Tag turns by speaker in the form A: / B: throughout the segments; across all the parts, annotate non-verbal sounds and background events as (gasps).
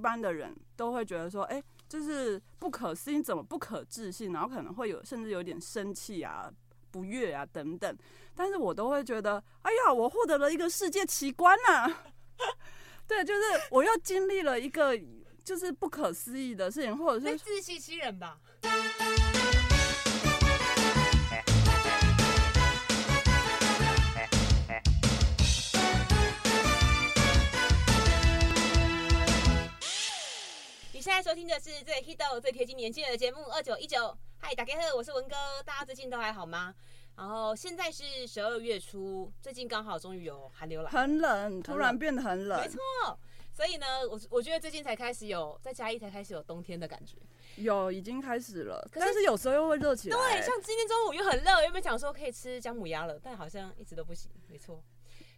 A: 一般的人都会觉得说，哎、就是不可思议，怎么不可置信，然后可能会有甚至有点生气啊、不悦啊等等。但是我都会觉得，哎呀，我获得了一个世界奇观呐、 (laughs) 对，就是我又经历了一个就是不可思议的事情，或者
B: 会
A: 是
B: 自欺欺人吧？
C: 你现在收听的是最 hit 到最贴近年轻人的节目二九一九。嗨，打开后我是文哥，大家最近都还好吗？然后现在是十二月初，最近刚好终于有寒流来，
A: 很冷，突然变得很冷
C: 没，错。所以呢，我我觉得最近才开始有在嘉义才开始有冬天的感觉。
A: 有已经开始了，
C: 可是
A: 但是有时候又会热起来。
C: 对，像今天中午又很热，原本想说可以吃姜母鸭了，但好像一直都不行。没错，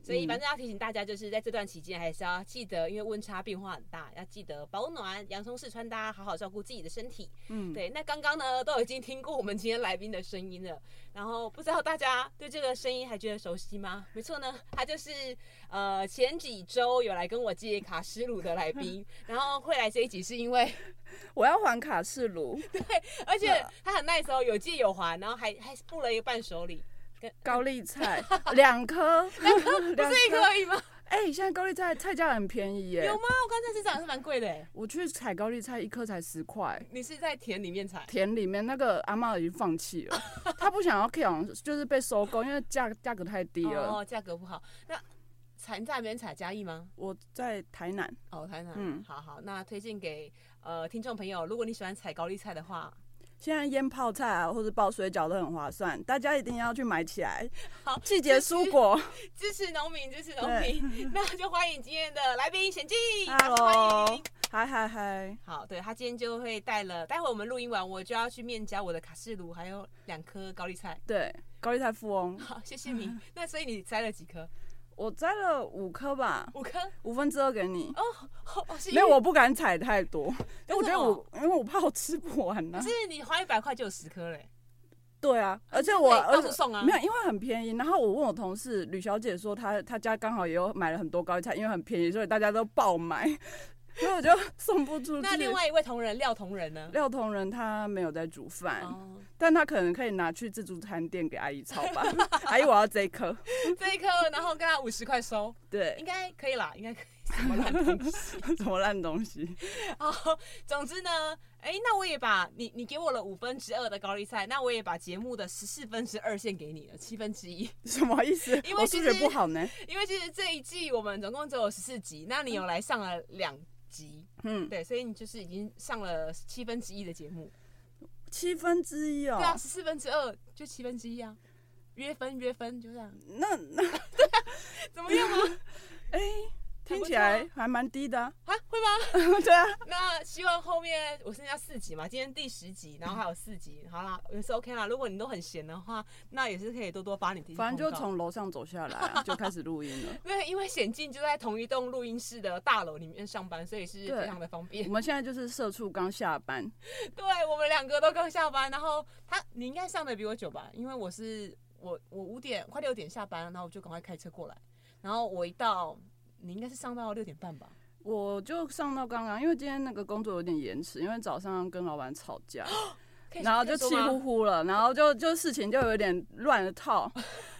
C: 所以
A: 嗯
C: 反正要提醒大家，就是在这段期间还是要记得，因为温差变化很大，要记得保暖、洋葱式穿搭，好好照顾自己的身体。
A: 嗯，
C: 对，那刚刚呢都已经听过我们今天来宾的声音了，然后不知道大家对这个声音还觉得熟悉吗？没错呢，他就是呃前几周有来跟我借卡诗鲁的来
A: (laughs)
C: 宾，然后会来这一集是因为，
A: 我要还卡式炉，
C: 而且
A: 啊
C: 他很 nice 哦，有借有还，然后还还付了一个伴手礼，
A: 高丽
C: (laughs)
A: 菜两颗，
C: 不
A: (laughs) 两
C: 是一
A: 颗。
C: 可以吗？
A: 哎、现在高丽菜菜价很便宜耶
C: 有，吗？我刚才市场是蛮贵的哎，
A: 我去采高丽菜一颗才十块。
C: 你是在田里面采？
A: 田里面那个阿嬷已经放弃了，她不想要 K 网，就是被收购，因为价价格太低了。
C: 哦，价格不好。那采你在那边采嘉义吗？
A: 我在台南，
C: 哦，台南，嗯，
A: 嗯
C: 好好，那推荐给呃听众朋友，如果你喜欢采高丽菜的话，
A: 现在腌泡菜啊，或者包水饺都很划算，大家一定要去买起来。
C: 好
A: 季节蔬
C: (laughs)
A: 果，
C: 支持农民，支持农
A: (laughs)
C: 民， (laughs) 那就欢迎今天的来宾贤记，掌声欢
A: Hello，
C: 迎。
A: 嗨嗨嗨，
C: 好，对他今天就会带了，待会我们录音完，我就要去面交我的卡式炉，还有两颗高丽菜。 (laughs)
A: 对，高丽菜富翁，
C: 好，谢谢
A: (laughs)
C: 你。那所以你摘了几颗？
A: 我摘了五颗吧，
C: 五颗？
A: 五分之二给你。
C: 哦，哦是因
A: 没
C: 为
A: 有，我不敢采太多，因为我
C: 真
A: 觉得
C: 的哦
A: 我，因为我怕我吃不完啊呢、
C: 可是你花一百块就有十颗嘞，
A: 对啊，而且我，
C: 到
A: 而
C: 处
A: 且
C: 送啊。
A: 没有，因为很便宜。然后我问我同事吕小姐说她，她家刚好也有买了很多高丽菜，因为很便宜，所以大家都爆买， (laughs) 所
C: (laughs)
A: 以我就送不出去。
C: 那另外一位同仁廖
A: (laughs)
C: 同仁呢？
A: 廖同仁他没有在煮饭，
C: 哦，
A: 但他可能可以拿去自助餐店给阿姨炒
C: (laughs)
A: 吧。阿姨，我要这一颗。
C: 这一颗，然后跟他五十块收，应
A: 对，
C: 该可以啦，应该可以。什么烂 (laughs) 东西？
A: 什么烂东西？ (laughs)
C: 哦，总之呢，哎、那我也把你你给我了五分之二的高丽菜，那我也把节目的十四分之二献给你了，七分之一。 (laughs)
A: 什么意思？
C: 因为
A: 我
C: 其
A: 数
C: 实
A: 学不好呢。
C: 因为其实这一季我们总共只有十四集，那你有来上了两集，
A: 嗯，
C: 对，所以你就是已经上了七分之一的节目，
A: 七分之一哦
C: 对。啊，十四分之二就七分之一啊，约分约分就
A: (laughs)
C: 这样，
A: 那那
C: 怎么样
A: (laughs)
C: 啊？
A: 哎、听
C: 很不
A: 起
C: 错啊
A: 来还蛮低的、啊。
C: (laughs)
A: (laughs)
C: 啊，会吗？
A: 对啊，
C: 那希望后面我剩下四集嘛，今天第十集，然后还有四集，好啦，也是 OK 啦。如果你都很闲的话，那也是可以多多发你的。
A: 反正就从楼上走下来啊、就开始录音了。
C: 对，因为显进就在同一栋录音室的大楼里面上班，所以是
A: 对
C: 非常的方便
A: 我。们现在就是社畜刚下班，
C: 对我们两个都刚下班，然后他你应该上的比我久吧，因为我是我我五点快六点下班，然后我就赶快开车过来，然后我一到你应该是上到六点半吧，
A: 我就上到刚刚，因为今天那个工作有点延迟，因为早上跟老板吵
C: (gasps)
A: 架，
C: 可以
A: 然后
C: 可以
A: 就
C: 说
A: 气
C: 吗
A: 呼呼了，然后就就事情就有点乱了套，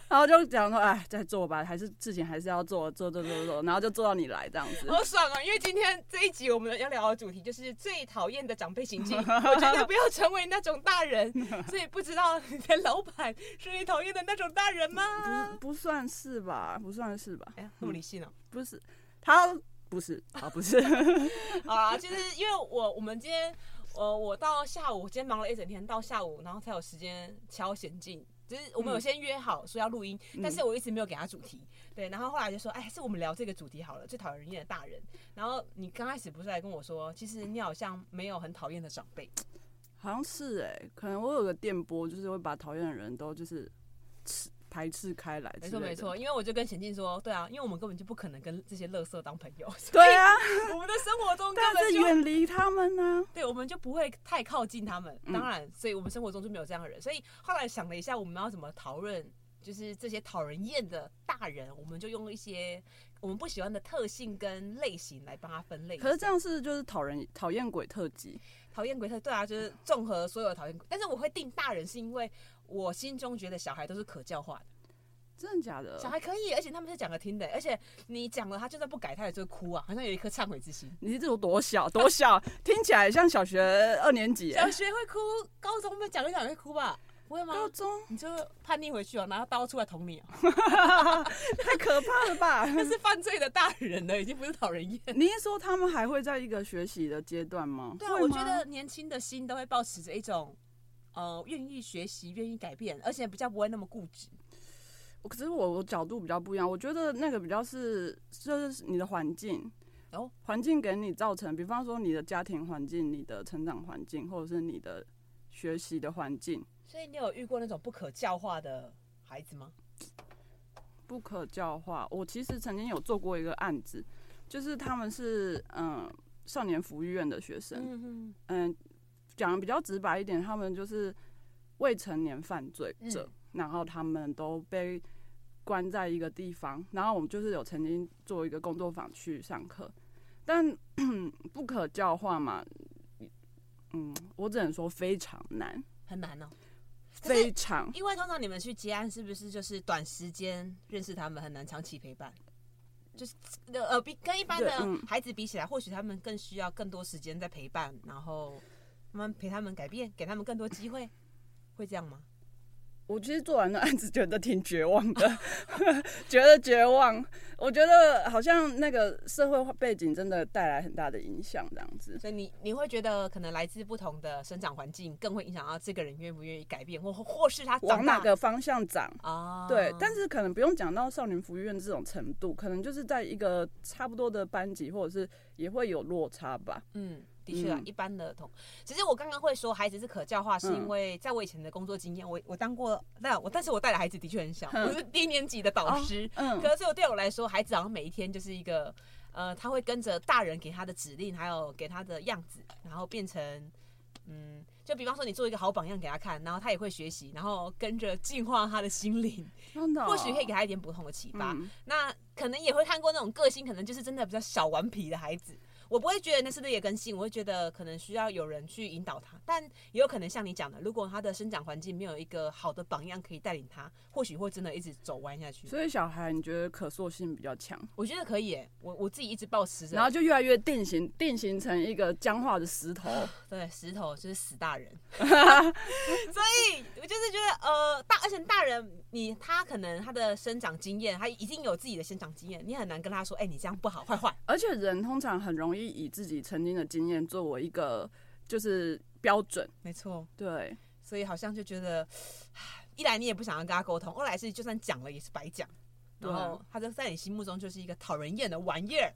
A: 然后就讲说，哎，再做吧，还是事情还是要做，做做做做，然后就做到你来这样子。
C: (laughs) 好爽啊！因为今天这一集我们要聊的主题就是最讨厌的长辈行径，我觉得不要成为那种大人。所以不知道你的老板是你讨厌的那种大人吗？
A: 不不算是吧，不算是吧，
C: 哎呀，那么理性哦、
A: 不是，他不是啊，不是， (laughs)
C: 好啦，就是因为我我们今天，呃，我到下午，我今天忙了一整天，到下午，然后才有时间敲险镜。就是我们有先约好说要录音，
A: 嗯
C: 但是我一直没有给他主题，对，然后后来就说，哎，还是我们聊这个主题好了，最讨人厌的大人。然后你刚开始不是来跟我说，其实你好像没有很讨厌的长辈，
A: 好像是哎、可能我有个电波，就是会把讨厌的人都就是斥排斥开来，
C: 没错没错，，因为我就跟贤静说，对啊，因为我们根本就不可能跟这些垃圾当朋
A: (laughs)
C: 友，所
A: 对啊。
C: 以我们的生活中根
A: 但
C: 本
A: 是
C: 就
A: 远离他们啊呢、
C: 对，我们就不会太靠近他们。
A: 嗯
C: 当然，所以我们生活中就没有这样的人。所以后来想了一下，我们要怎么讨论，就是这些讨人厌的大人，我们就用一些我们不喜欢的特性跟类型来帮它分类一
A: (laughs)
C: 下。
A: 可是这样是就是讨人讨厌鬼特辑，
C: 讨厌鬼特对啊，就是综合所有的讨厌鬼，但是我会定大人，是因为我心中觉得小孩都是可教化的，
A: 真的假的？
C: 小孩可以，而且他们是讲了听的，而且你讲了，他就算不改，他也就会哭啊，好像有一颗忏悔之心。
A: 你这有多小 (laughs) 多小？听起来像小学二年级耶，
C: 小学会哭，高中被讲一讲会哭吧？不会吗？
A: 高中
C: 你就叛逆回去哦，拿刀出来捅你 (laughs) 哦，
A: (laughs) 太可怕了吧？
C: 那是犯罪的大人了，已经不是讨人厌。
A: (laughs) 你一说他们还会在一个学习的阶段吗？
C: 对啊，
A: 会
C: 我
A: 吗
C: 觉得年轻的心都会保持着一种，呃，愿意学习、愿意改变，而且比较不会那么固执。
A: 我可是我我角度比较不一样，我觉得那个比较是就是你的环境，
C: 哦
A: 环境给你造成，比方说你的家庭环境、你的成长环境，或者是你的学习的环境，
C: 所以你有遇过那种不可教化的孩子吗？
A: 不可教化。我其实曾经有做过一个案子，就是他们是嗯少年福利院的学生，
C: 嗯嗯，
A: 嗯，讲的比较直白一点，他们就是未成年犯罪者，
C: 嗯
A: 然后他们都被关在一个地方，然后我们就是有曾经做一个工作坊去上课，但 (clears throat) 不可教化嘛，嗯，我只能说非常难，
C: 很难哦。可
A: 非
C: 是
A: 常
C: 因为通常你们去接案，是不是就是短时间认识他们，很难长期陪伴？就是呃，比跟一般
A: 对嗯
C: 的孩子比起来，或许他们更需要更多时间在陪伴，然后慢慢陪他们改变，给他们更多机会，会这样吗？
A: 我其实做完的案子觉得挺绝望的， (laughs) 觉得绝望。我觉得好像那个社会背景真的带来很大的影响，这样子。
C: 所以你你会觉得，可能来自不同的生长环境，更会影响到这个人愿不愿意改变，或或或是他
A: 往
C: 长大
A: 哪个方向长？
C: 啊？
A: 对，但是可能不用讲到少年福利院这种程度，可能就是在一个差不多的班级，或者是也会有落差吧。
C: 嗯，的确啊，
A: 嗯
C: 一般的同。其实我刚刚会说孩子是可教化，是因
A: 嗯
C: 为在我以前的工作经验，我我当过，但我但是我带的孩子的确很小，
A: 嗯
C: 我是低年级的导师，
A: 嗯，
C: 可是对我来说，孩子好像每一天就是一个，呃，他会跟着大人给他的指令，还有给他的样子，然后变成，嗯，就比方说你做一个好榜样给他看，然后他也会学习，然后跟着净化他的心灵，
A: 真的哦、
C: 或许可以给他一点不同的启发。
A: 嗯
C: 那可能也会看过那种个性，可能就是真的比较小顽皮的孩子。我不会觉得那是劣根性，我会觉得可能需要有人去引导他，但也有可能像你讲的，如果他的生长环境没有一个好的榜样可以带领他，或许会真的一直走弯下去。
A: 所以小孩你觉得可塑性比较强，
C: 我觉得可以耶，我我自己一直保持着，
A: 然后就越来越定型，定型成一个僵化的石头。
C: 对石头就是死大人，所以我就是觉得呃大，而且大人你他可能他的生长经验，他一定有自己的生长经验，你很难跟他说，哎、你这样不好，坏坏。
A: 而且人通常很容易以自己曾经的经验作为一个就是标准。
C: 没错，
A: 对，
C: 所以好像就觉得，唉一来你也不想要跟他沟通，二来是就算讲了也是白讲，
A: 对啊
C: 然后他就在你心目中就是一个讨人厌的玩
A: (laughs)
C: 意儿。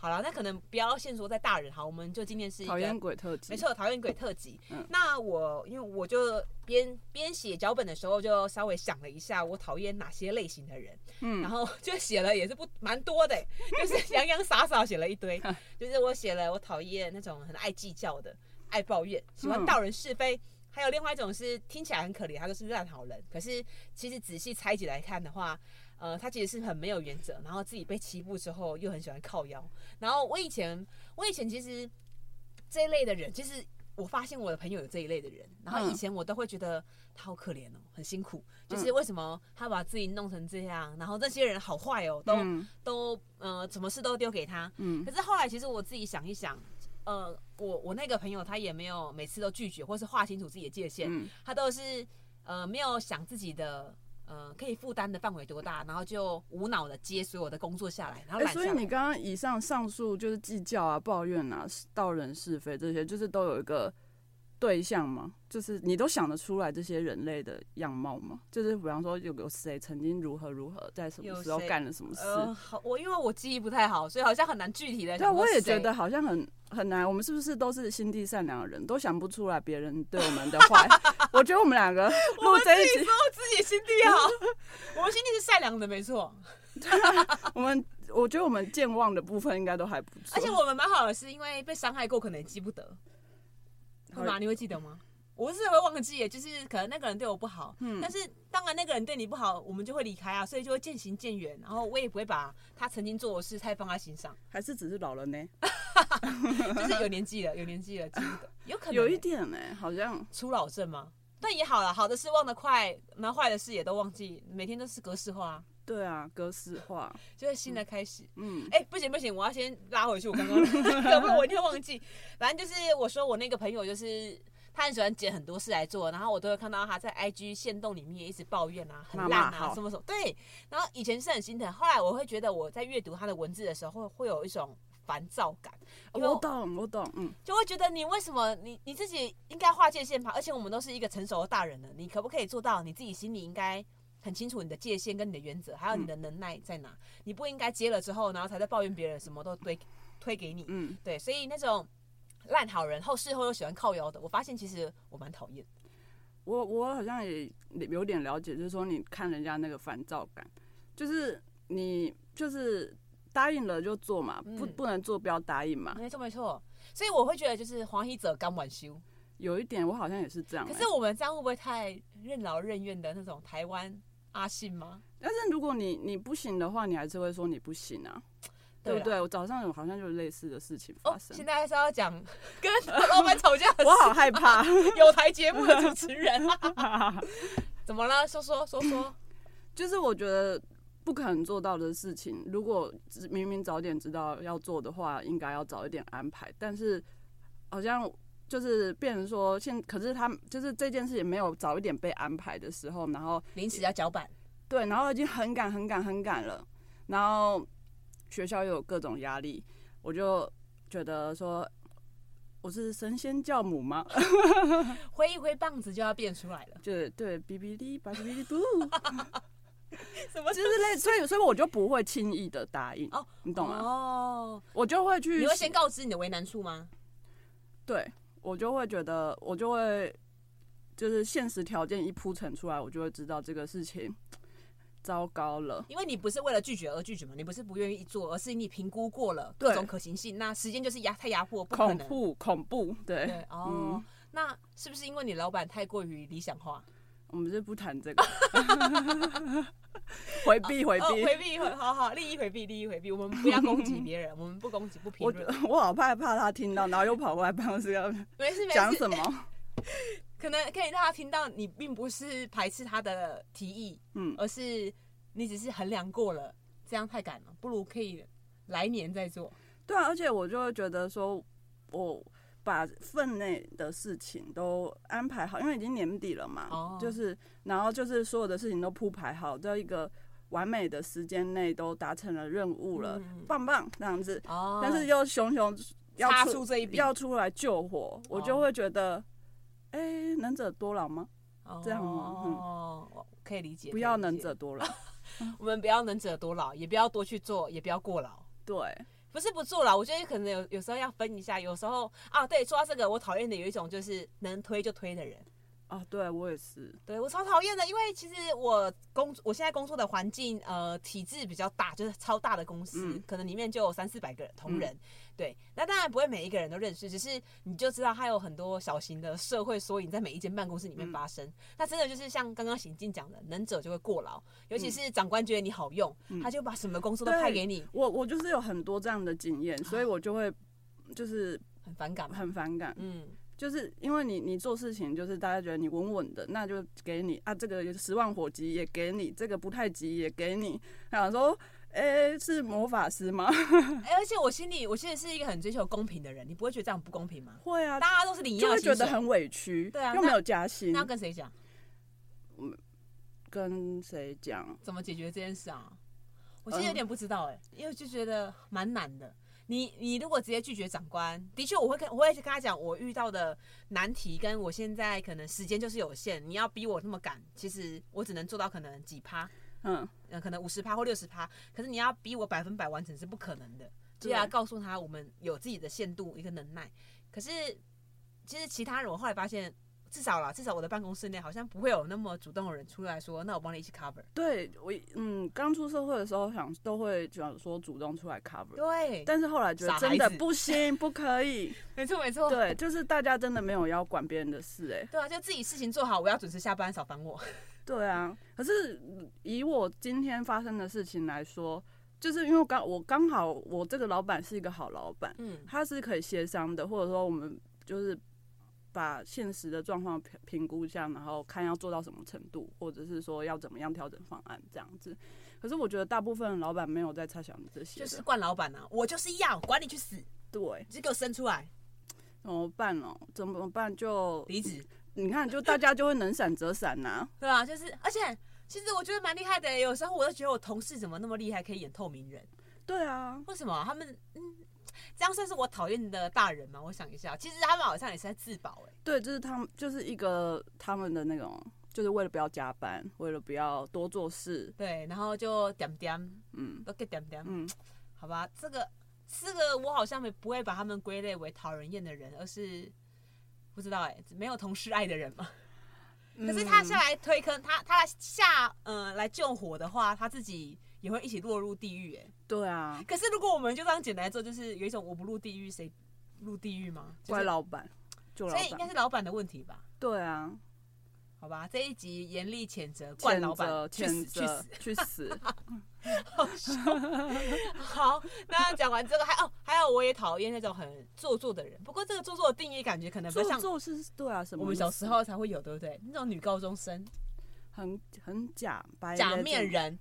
C: 好了，那可能不要限缩在大人哈，我们就今天是一
A: 讨
C: 个
A: 厌鬼特辑，
C: 没，错，讨厌鬼特辑。
A: 嗯
C: 那我因为我就边边写脚本的时候，就稍微想了一下，我讨厌哪些类型的人，然
A: 嗯，
C: 后就写了也是不蛮
A: (laughs)
C: 多的，就是洋洋洒洒写了一堆。
A: 嗯
C: 就是我写了，我讨厌那种很爱计较的、爱抱怨、喜欢
A: 嗯
C: 道人是非。还有另外一种是听起来很可怜，他就是烂好人，可是其实仔细拆解来看的话，呃，他其实是很没有原则，然后自己被欺负之后又很喜欢靠腰。然后我以前，我以前其实这一类的人，其实我发现我的朋友有这一类的人，然后以
A: 嗯
C: 前我都会觉得他好可怜哦，很辛苦，就是为什么他把自己弄成这样，然后这些人好坏哦，都、
A: 嗯
C: 都呃，什么事都丢给他。
A: 嗯
C: 可是后来其实我自己想一想，呃，我我那个朋友他也没有每次都拒绝，或是划清楚自己的界限，
A: 嗯
C: 他都是呃没有想自己的呃可以负担的范围多大，然后就无脑的接所有的工作下来，然后
A: 哎、
C: 揽下
A: 所
C: 来。
A: 以你刚刚以上上述就是计较啊、抱怨啊、是道人是非这些，就是都有一个对象吗？就是你都想得出来这些人类的样貌吗？就是比方说有有谁曾经如何如何，在什么
C: 有
A: 时候
C: 谁
A: 干了什么事？
C: 呃，好，我因为我记忆不太好，所以好像很难具体的。
A: 对啊，我也觉得。好像很很难。我们是不是都是心地善良的人，都想不出来别人对我们的
C: (laughs)
A: 坏？我觉得我们两个录这一集，
C: 自己心地
A: (laughs)
C: 好，我们心地是善良的，没错。
A: 我们我觉得我们健忘的部分应该都还不错。
C: 而且我们蛮好的，是因为被伤害过，可能也记不得，会
A: 好
C: 吗？你会记得吗？我是会忘记耶，就是可能那个人对我不好，
A: 嗯
C: 但是当然那个人对你不好，我们就会离开啊，所以就会渐行渐远。然后我也不会把他曾经做的事太放在心上，
A: 还是只是老了呢？
C: 啊就是有年纪了，有年纪了，记不得，有可能耶
A: 有一点呢、好像
C: 初老症吗？但也好了，好的事忘得快，然后坏的事也都忘记，每天都是格式化，
A: 对啊，格式化，
C: 就是新的开始。
A: 嗯，
C: 哎、不行不行，我要先拉回去我刚
A: (laughs)
C: 刚的，要不然我一定会忘记。反正就是我说我那个朋友就是。他很喜欢捡很多事来做，然后我都会看到他在 IG 线动里面一直抱怨啊，很
A: 骂
C: 烂
A: 骂
C: 啊，
A: 好
C: 什么什么。对，然后以前是很心疼，后来我会觉得我在阅读他的文字的时候，会会有一种烦躁感，因为
A: 哦我懂，我懂，嗯，
C: 就会觉得你为什么你你自己应该划界限吧？而且我们都是一个成熟的大人了，你可不可以做到你自己心里应该很清楚你的界限跟你的原则，还有你的能耐在哪？你不应该接了之后，然后才在抱怨别人什么都推推给你。
A: 嗯，
C: 对，所以那种烂好人后事后又喜欢靠腰的，我发现其实我蛮讨厌。
A: 我我好像也有点了解，就是说你看人家那个烦躁感，就是你就是答应了就做嘛，不
C: 嗯
A: 不能做不要答应嘛。
C: 没错没错，所以我会觉得就是黄衣者刚晚修。
A: 有一点我好像也是这样、
C: 可
A: 欸，
C: 是我们这样会不会太任劳任怨的那种台湾阿信吗？
A: 但是如果你你不行的话，你还是会说你不行啊，对
C: 啦
A: 不对？我早上有好像就有类似的事情
C: 哦
A: 发，生
C: 现，在是要讲跟 (laughs) 老板吵架的
A: 我好害怕。 (laughs)
C: (laughs) 有台节目的主持人，怎么了？说说说说，
A: 就是我觉得不可能做到的事情，如果知明明早点知道要做的话，应该要早一点安排。但是好像就是变成说现，可是他就是这件事情没有早一点被安排的时候，然后
C: 临时要脚板，
A: 对，然后已经很赶很赶很赶了，然后学校又有各种压力，我就觉得说。我是神仙教母吗？ (laughs)
C: 挥一挥棒子就要变出来了。
A: 就是对，哔哔哩，哔哔
C: (laughs)
A: 哩嘟，
C: 什么
A: 就是类，所以所以我就不会轻易的答应，
C: 哦
A: 你懂吗？
C: 哦，
A: 我就会去，
C: 你会先告知你的为难处吗？
A: 对我就会觉得，我就会就是现实条件一铺陈出来，我就会知道这个事情糟糕了。
C: 因为你不是为了拒绝而拒绝嘛，你不是不愿意做，而是你评估过了
A: 对
C: 各种可行性，那时间就是压太压迫，不可
A: 恐
C: 能。
A: 怖，嗯恐怖，对，
C: 对哦，那是不是因为你老板太过于理想化？
A: 我们就不谈这个， (laughs) 回避回
C: 哦
A: 避。
C: 回避，回好好，利益回避，利益回避，我们不要攻击
A: (laughs)
C: 别人，我们不攻击，不评
A: 我
C: 论。
A: 我好害怕他听到，然后又跑过来办公室要
C: 没事没
A: 讲
C: 事，
A: 什么？
C: 可能可以让他听到你并不是排斥他的提议，
A: 嗯，
C: 而是你只是衡量过了，这样太赶了，不如可以来年再做。
A: (laughs) 对啊，而且我就会觉得说，我把分内的事情都安排好，因为已经年底了嘛，
C: 哦
A: 就是然后就是所有的事情都铺排好，在一个完美的时间内都达成了任务了，
C: 嗯
A: 棒棒这样子，
C: 哦
A: 但是又熊熊要
C: 插
A: 出
C: 出这一笔，
A: 要出来救火，我就
C: 哦
A: 会觉得，哎、能者多劳吗？这样吗嗯
C: 哦，我可以理解。
A: 不要
C: 可以
A: 能
C: 理解
A: 者，多
C: (laughs)
A: 劳，
C: 我们不要能者多劳，也不要多去做，也不要过劳。
A: 对，
C: 不是不做了，我觉得可能有有时候要分一下，有时候啊，对，说到这个，我讨厌的有一种就是能推就推的人，
A: 啊，对我也是，
C: 对我超讨厌的，因为其实我工我现在工作的环境呃体制比较大，就是超大的公司，
A: 嗯
C: 可能里面就有三四百个人同仁，对，那当然不会每一个人都认识，只是你就知道它有很多小型的社会缩影在每一间办公室里
A: 嗯
C: 面发生。那真的就是像刚刚行进讲的，能者就会过劳，尤其是长官觉得你好用，
A: 嗯
C: 他就把什么工作都
A: 对
C: 派给你，
A: 我我就是有很多这样的经验，所以我就会就是
C: 很反感嘛。
A: 很反感。
C: 嗯，
A: 就是因为你你做事情，就是大家觉得你稳稳的，那就给你啊，这个十万火急也给你，这个不太急也给你。想说，诶、是魔法师吗？ (laughs)
C: 哎而且我心里，我现在是一个很追求公平的人，你不会觉得这样不公平吗？
A: 会啊，
C: 大家都是领一
A: 就
C: 样的
A: 会
C: 薪
A: 觉
C: 水
A: 得，很委屈，
C: 对啊
A: 又没有加薪
C: 那，要跟谁讲？
A: 跟谁讲？
C: 怎么解决这件事啊？我其实有点不知道哎、因为就觉得蛮难的。你你如果直接拒绝长官，的确我会跟我会跟他讲，我遇到的难题跟我现在可能时间就是有限，你要逼我那么赶，其实我只能做到可能几趴，
A: 嗯，
C: 呃，可能五十趴或六十趴，可是你要逼我百分百完成是不可能的。就
A: 对
C: 要告诉他我们有自己的限度，一个能耐。可是其实其他人我后来发现，至少啦，至少我的办公室内好像不会有那么主动的人出来说，那我帮你一起 cover。
A: 对我嗯，刚出社会的时候想都会想说主动出来 cover，
C: 对，
A: 但是后来觉得
C: 傻
A: 真的
C: 孩子
A: 不行，不可
C: (laughs)
A: 以。
C: 没错没错，
A: 对，就是大家真的没有要管别人的事、哎，
C: 对啊，就自己事情做好，我要准时下班，少烦我。
A: 对啊。可是嗯以我今天发生的事情来说，就是因为我刚我刚好我这个老板是一个好老板，
C: 嗯， (laughs)
A: 他是可以协商的，或者说我们就是把现实的状况评评估一下，然后看要做到什么程度，或者是说要怎么样调整方案这样子。可是我觉得大部分老板没有在猜想这些
C: 就
A: 的，
C: 是惯老板啊，我就是要管你去死，
A: 对，
C: 你就给我生出来，
A: 怎么办哦？怎么办就？
C: 离职，
A: 你看，就大家就会能闪则闪呐、
C: 对啊，就是，而且其实我觉得蛮厉害的，有时候我都觉得我同事怎么那么厉害，可以演透明人。
A: (laughs) 对啊，
C: 为什么啊他们嗯，这样算是我讨厌的大人吗？我想一下，其实他们好像也是在自保哎、
A: 对，就是他们就是一个他们的那种，就是为了不要加班，为了不要多做事，
C: 对，然后就点点
A: 嗯
C: 都给点点，
A: 嗯，
C: 好吧，这个这个我好像没不会把他们归类为讨人厌的人，而是不知道哎、没有同事爱的人嘛。
A: 嗯
C: 可是他下来推坑，他他下呃来救火的话，他自己也会一起落入地狱哎、
A: 对啊，
C: 可是如果我们就这样简单来做，就是有一种我不入地狱谁入地狱吗？就
A: 怪
C: 是
A: 老板，就老
C: 所以应该
A: 板，
C: 是老板的问题吧。
A: 对啊，
C: 好吧，这一集严厉谴责冠老
A: 谴
C: 板
A: 责，
C: 去
A: 谴
C: 死去
A: 责
C: 死！
A: 去死，
C: 好，那讲完这个还哦，还有我也讨厌那种很做作的人。不过这个做作的定义感觉 (laughs) 可能不
A: 做
C: 像
A: 做是对啊，什么
C: 我们
A: 意
C: 小
A: 思
C: 时候才会有，对不对？那种女高中生
A: 很很假白
C: 假
A: 的
C: 面
A: 这种
C: 人，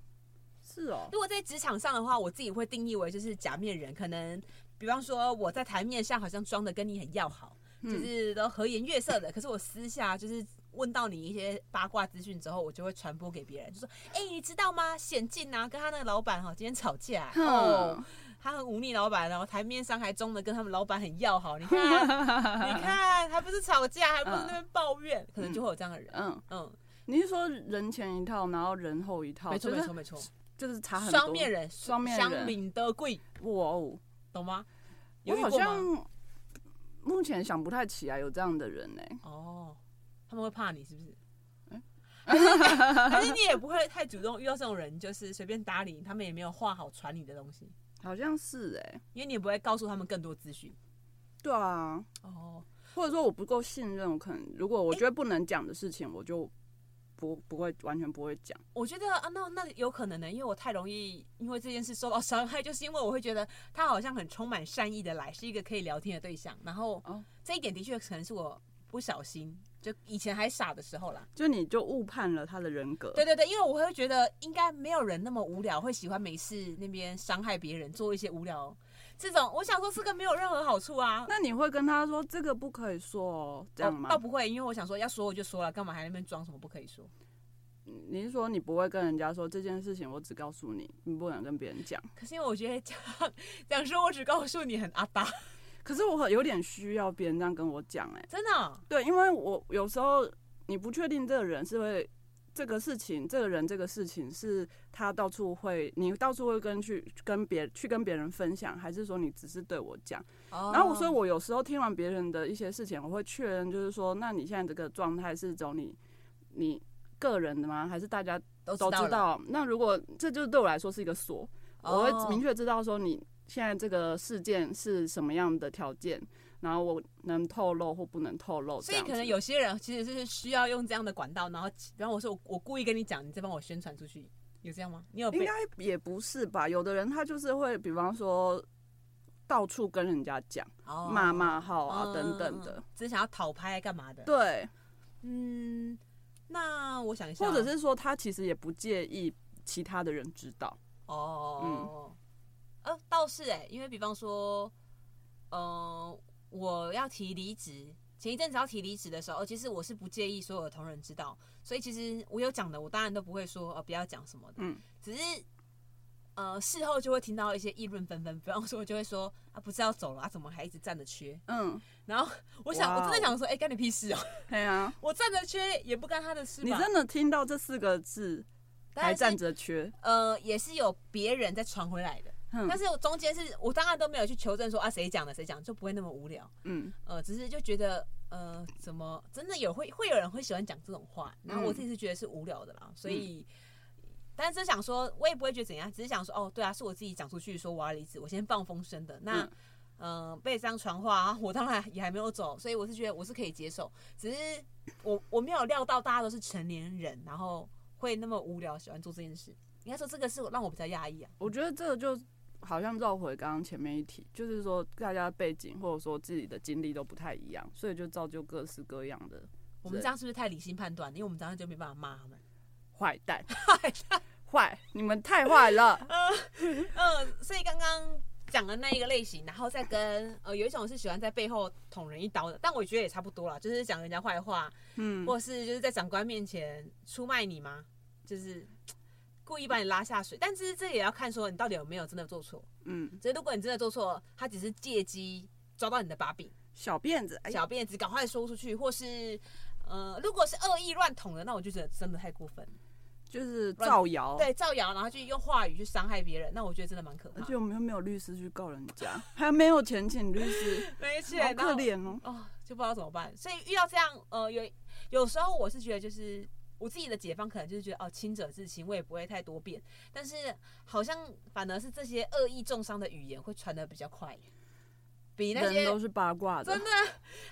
A: 是哦，
C: 如果在职场上的话，我自己会定义为就是假面人，可能。比方说，我在台面上好像装的跟你很要好，就
A: 嗯
C: 是都和颜悦色的。可是我私下就是问到你一些八卦资讯之后，我就会传播给别人，就说：“哎、你知道吗？显进啊，跟他那个老板哈、今天吵架、
A: 哼
C: 哦，他很忤逆老板，然后台面上还装的跟他们老板很要好，
A: (laughs)
C: 你看，啊你看，还不是吵架，还不是那边抱怨，可能就会有这样的人。
A: 嗯，
C: 嗯，
A: 你是说人前一套，然后人后一套，
C: 没错
A: 就
C: 没
A: 是
C: 错没错，
A: 就是差很多，
C: 双面人，
A: 双面人
C: 相敏得贵，
A: 哇哦，
C: 懂吗？有
A: 我
C: 遇
A: 好
C: 过吗
A: 像目前想不太起来有这样的人欸呢、
C: 哦，他们会怕你是不是
A: 嗯？
C: 可是你 (laughs) 也不会太主动遇到这种人，就是随便搭理他们，也没有画好传你的东西，
A: 好像是哎、
C: 因为你也不会告诉他们更多资讯。
A: 对啊，
C: 哦，
A: 或者说我不够信任，我可能如果我觉得不能讲的事情，我就不不会完全不会讲。
C: 我觉得啊，那那有可能呢，因为我太容易因为这件事受到伤害，就是因为我会觉得他好像很充满善意的来，是一个可以聊天的对象。然后、
A: 哦
C: 这一点的确可能是我不小心，就以前还傻的时候啦。
A: 就你就误判了他的人格，
C: 对对对，因为我会觉得应该没有人那么无聊，会喜欢没事那边伤害别人，做一些无聊这种。我想说这个没有任何好处啊。
A: 那你会跟他说这个不可以说哦， (laughs) 这样
C: 哦
A: 吗？
C: 倒不会，因为我想说要说我就说了，干嘛还在那边装什么不可以说？ (laughs)
A: 你是说你不会跟人家说这件事情，我只告诉你，你不能跟别人讲。
C: 可是因为我觉得讲讲说，我只告诉你很阿达，
A: 可是我很有点需要别人这样跟我讲，哎，
C: 真的哦、
A: 对，因为我有时候你不确定这个人是会这个事情，这个人这个事情是他到处会，你到处会跟去跟别去跟别人分享，还是说你只是对我讲？
C: 哦
A: 然后我所以，我有时候听完别人的一些事情，我会确认，就是说，那你现在这个状态是走你你个人的吗？还是大家
C: 都
A: 都知
C: 了
A: 道？那如果这就对我来说是一个锁，我会明
C: 确
A: 确知道说你现在这个事件是什么样的条件，然后我能透露或不能透露这
C: 所以
A: 样子。
C: 可能有些人其实是需要用这样的管道，然后比方我说我我故意跟你讲，你再帮我宣传出去，有这样吗？你有
A: 应
C: 被
A: 该也不是吧？有的人他就是会，比方说到处跟人家讲
C: 哦
A: 骂骂号啊
C: 嗯
A: 等等
C: 嗯
A: 的
C: 嗯，只是想要讨拍干嘛的？
A: 对，
C: 嗯，那我想一下，
A: 或者是说他其实也不介意其他的人知道。
C: 哦，呃，倒是哎、因为比方说，嗯、我要提离职，前一阵子要提离职的时候，呃其实我是不介意所有的同仁知道，所以其实我有讲的，我当然都不会说呃不要讲什么的，
A: 嗯，
C: 只是。呃，事后就会听到一些议论纷纷，比方说就会说啊，不是要走了啊，怎么还一直站着缺？ (laughs)
A: 嗯，
C: 然后我想，
A: 哇哦
C: 我真的想说，哎、干你屁事哦！ (laughs)
A: 对啊，
C: 我站着缺也不干他的事吧？
A: 你真的听到这四个字
C: 当
A: 还
C: 然是
A: 站着缺，
C: 呃，也是有别人在传回来的，
A: 嗯
C: 但是我中间是我当然都没有去求证说啊谁讲的谁讲的，就不会那么无聊。
A: 嗯
C: 呃，只是就觉得呃，怎么真的有会会有人会喜欢讲这种话，然后我自己是觉得是无聊的啦，所以。但是想说，我也不会觉得怎样，只是想说，哦，对啊，是我自己讲出去说我要离职，我先放风声的。那，嗯、被这样传话，啊我当然也还没有走，所以我是觉得我是可以接受，只是我我没有料到大家都是成年人，然后会那么无聊，喜欢做这件事。应该说这个是让我比较讶异啊。
A: 我觉得这个就好像绕回刚刚前面一题，就是说大家背景或者说自己的经历都不太一样，所以就造就各式各样的
C: 我们这样是不是太理性判断？因为我们这样就没办法骂他们。
A: 坏
C: (laughs)
A: 蛋。 (laughs) 坏，你们太坏了。
C: 嗯，所以刚刚讲的那一个类型，然后再跟呃有一种是喜欢在背后捅人一刀的，但我觉得也差不多啦，就是讲人家坏话，
A: 嗯，
C: 或是就是在长官面前出卖你吗？就是嘖故意把你拉下水，但是这也要看说你到底有没有真的做错。
A: 嗯，
C: 就是如果你真的做错，他只是借机抓到你的把柄，
A: 小辫子，哎呀，
C: 小辫子赶快说出去，或是。呃，如果是恶意乱捅的，那我就觉得真的太过分了。
A: 就是造谣。
C: 对，造谣，然后去用话语去伤害别人，那我觉得真的蛮可怕
A: 而
C: 的。
A: 且我们又没有律师去告人家，还没有钱请律师，
C: (laughs) 没错，
A: 好
C: 然后
A: 可怜哦。
C: 哦，就不知道怎么办。所以遇到这样，呃，有有时候我是觉得就是。我自己的解放可能就是觉得哦，清者自清，我也不会太多变。但是好像反而是这些恶意重伤的语言会传的比较快，比那些
A: 人都是八卦的
C: 真，的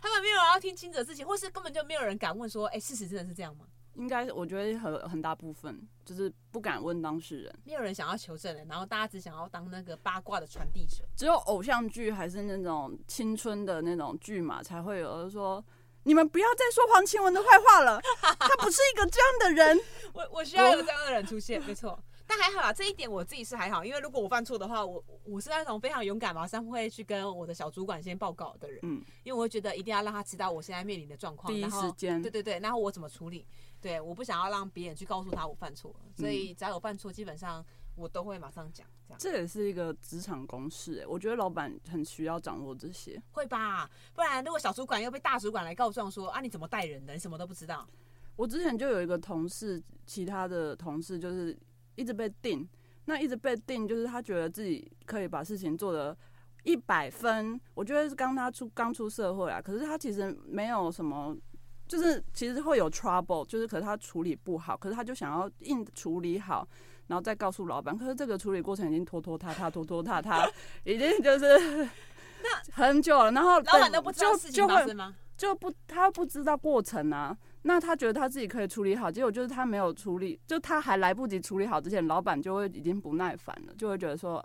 C: 他们没有人要听清者自清，或是根本就没有人敢问说，哎、事实真的是这样吗？
A: 应该我觉得很很大部分就是不敢问当事人，
C: 没有人想要求证人，然后大家只想要当那个八卦的传递者。
A: 只有偶像剧还是那种青春的那种剧嘛，才会有人说你们不要再说黄晴雯的坏话 (laughs) 了，她不是一个这样的人。
C: 我我需要有这样的人出现，没错。但还好啦，这一点我自己是还好，因为如果我犯错的话，我我是那种非常勇敢，马上会去跟我的小主管先报告的人，
A: 嗯，
C: 因为我会觉得一定要让他知道我现在面临的状况，
A: 第一
C: 然后
A: 时间
C: 对对对，然后我怎么处理，对，我不想要让别人去告诉他我犯错了，所以只要有犯错，基本上我都会马上讲，这样
A: 嗯这也是一个职场公式、欸，我觉得老板很需要掌握这些。
C: 会吧？不然如果小主管又被大主管来告状说啊你怎么带人的，你什么都不知道，
A: 我之前就有一个同事，其他的同事就是一直被定，那一直被定，就是他觉得自己可以把事情做得一百分。我觉得是刚他出刚出社会啊，可是他其实没有什么，就是其实会有 trouble，就是可是他处理不好，可是他就想要硬处理好。然后再告诉老板，可是这个处理过程已经拖拖沓沓，拖拖沓沓，已经就是很久了。然后
C: 老板都不知道
A: 就
C: 事情
A: 就会
C: 发生吗？
A: 就不他不知道过程啊，那他觉得他自己可以处理好，结果就是他没有处理，就他还来不及处理好之前，老板就会已经不耐烦了，就会觉得说，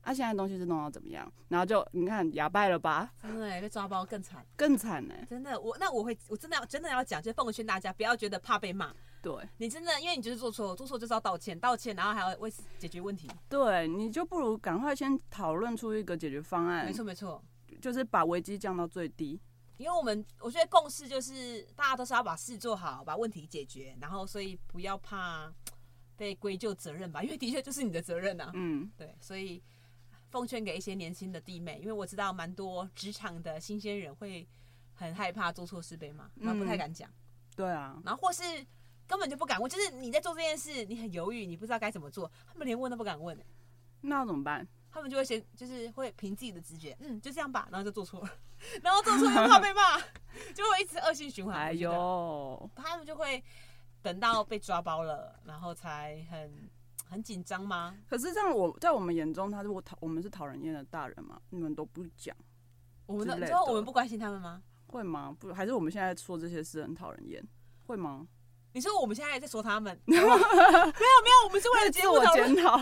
A: 啊，现在东西是弄到怎么样，然后就你看哑巴了吧，
C: 真的耶被抓包更惨。
A: 更惨呢、
C: 真的，我那我会，我真的要真的要讲，就奉劝大家不要觉得怕被骂，
A: 对
C: 你真的因为你就是做错，做错就是要道歉，道歉然后还要为解决问题，
A: 对，你就不如赶快先讨论出一个解决方案
C: 没，错没错。
A: 就是把危机降到最低。
C: 因为我们我觉得共识就是大家都是要把事做好，把问题解决，然后所以不要怕被归咎责任吧，因为的确就是你的责任啊。
A: 嗯，
C: 对，所以奉劝给一些年轻的弟妹，因为我知道蛮多职场的新鲜人会很害怕做错事被骂，然后不太敢讲。
A: 对啊，
C: 然后或是根本就不敢问，就是你在做这件事，你很犹豫，你不知道该怎么做，他们连问都不敢问、欸，
A: 那要怎么办？
C: 他们就会先就是会凭自己的直觉，嗯，就这样吧，然后就做错了， (laughs) 然后做错又怕被骂， (laughs) 就会一直恶性循环。
A: 哎
C: 我觉得，
A: 呦，
C: 他们就会等到被抓包了，然后才很很紧张吗？
A: 可是这样我在我们眼中，他是我讨我们是讨人厌的大人嘛，你们都不讲。
C: 我们
A: 之
C: 的，
A: 类
C: 之后
A: 的
C: 我们不关心他们吗？
A: 会吗？不，还是我们现在说这些事很讨人厌，会吗？
C: 你说我们现在在说他
A: (laughs)
C: 们？没有没有，我们是为了节
A: 自
C: 目
A: 我
C: 讨论，
A: 检讨，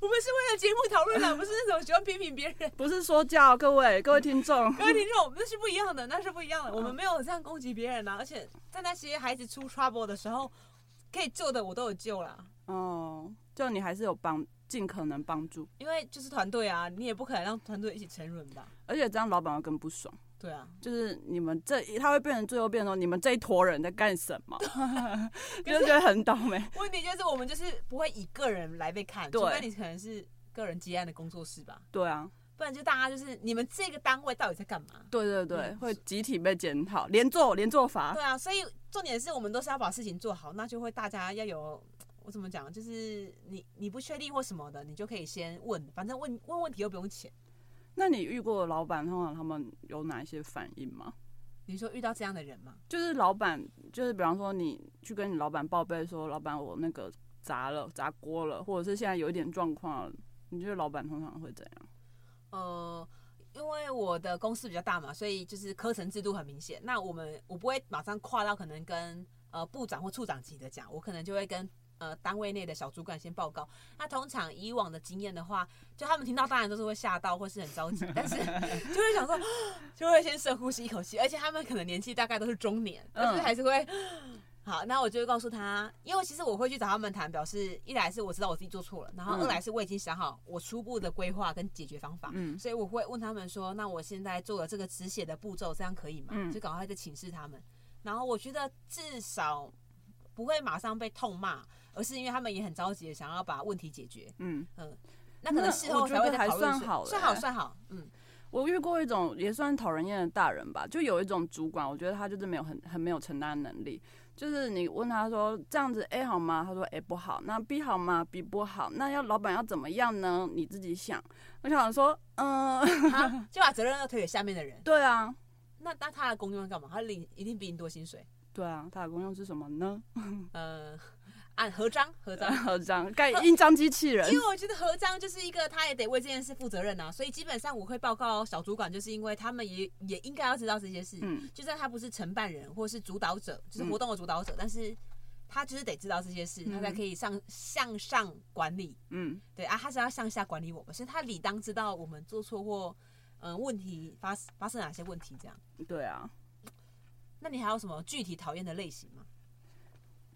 C: 我们是为了节目讨论啊的，不是那种喜欢批评别人。
A: 不是说教各位各位听
C: (laughs)
A: 众，
C: 各位听众，那是不一样的，那是不一样的。我们没有这样攻击别人啊，而且在那些孩子出 trouble 的时候，可以救的我都有救啦。
A: 哦，就你还是有帮，尽可能帮助，
C: 因为就是团队啊，你也不可能让团队一起沉沦吧？
A: 而且这样老板会更不爽，
C: 对啊，
A: 就是你们这一他会变成最后变成说你们这一坨人在干什么， (laughs) 就觉得很倒霉。
C: 问题就是我们就是不会以个人来被看，
A: 对
C: 除非你可能是个人接案的工作室吧，
A: 对啊，
C: 不然就大家就是你们这个单位到底在干嘛？
A: 对对对，
C: 嗯
A: 会集体被检讨，连坐连坐罚
C: 啊对。啊，所以重点是我们都是要把事情做好，那就会大家要有我怎么讲，就是你你不确定或什么的，你就可以先问，反正问问问题又不用钱。
A: 那你遇过的老板通常他们有哪些反应吗？
C: 你说遇到这样的人吗？
A: 就是老板，就是比方说你去跟你老板报备说，老板我那个砸了砸锅了，或者是现在有一点状况了，你觉得老板通常会怎样？
C: 呃，因为我的公司比较大嘛，所以就是科层制度很明显。那我们我不会马上跨到可能跟呃部长或处长级的讲，我可能就会跟呃单位内的小主管先报告。那通常以往的经验的话，就他们听到当然都是会吓到或是很着急，但是 (laughs) 就会想说，就会先深呼吸一口气，而且他们可能年纪大概都是中年，但是还是会。好，那我就会告诉他，因为其实我会去找他们谈，表示一来是我知道我自己做错了，然后
A: 嗯
C: 二来是我已经想好我初步的规划跟解决方法，
A: 嗯
C: 所以我会问他们说，那我现在做了这个止血的步骤，这样可以吗？
A: 嗯
C: 就赶快再请示他们。然后我觉得至少不会马上被痛骂，而是因为他们也很着急，想要把问题解决。
A: 嗯，
C: 那可
A: 那
C: 能事
A: 我
C: 后
A: 觉
C: 才会
A: 得
C: 再
A: 还
C: 讨论
A: 算
C: 是
A: 好了
C: 算好
A: 欸
C: 算好，嗯，
A: 我遇过一种也算讨人厌的大人吧，就有一种主管，我觉得他就是没有很很没有承担能力。就是你问他说这样子 A 好吗？他说 A 不好，那 B 好吗？B 不好，那要老板要怎么样呢？你自己想。我想说，嗯、 (laughs)
C: 他就把责任要推给下面的人。
A: 对啊，
C: 那那他的功用要干嘛？他领一定比你多薪水。
A: 对啊，他的功用是什么呢？ (laughs)
C: 呃，按合章合章。
A: 合章
C: (laughs)
A: 盖印章机器人
C: 因。为我觉得合章就是一个，他也得为这件事负责任啊，所以基本上我会报告小主管，就是因为他们也也应该要知道这些事。
A: 嗯
C: 就算他不是承办人或是主导者，就是活动的主导者，但是他就是得知道这些事，
A: 嗯
C: 他才可以上向上管理。
A: 嗯
C: 对啊，他是要向下管理我们，所以他理当知道我们做错或嗯、呃问题发发生哪些问题这样。
A: 对啊。
C: 那你还有什么具体讨厌的类型吗？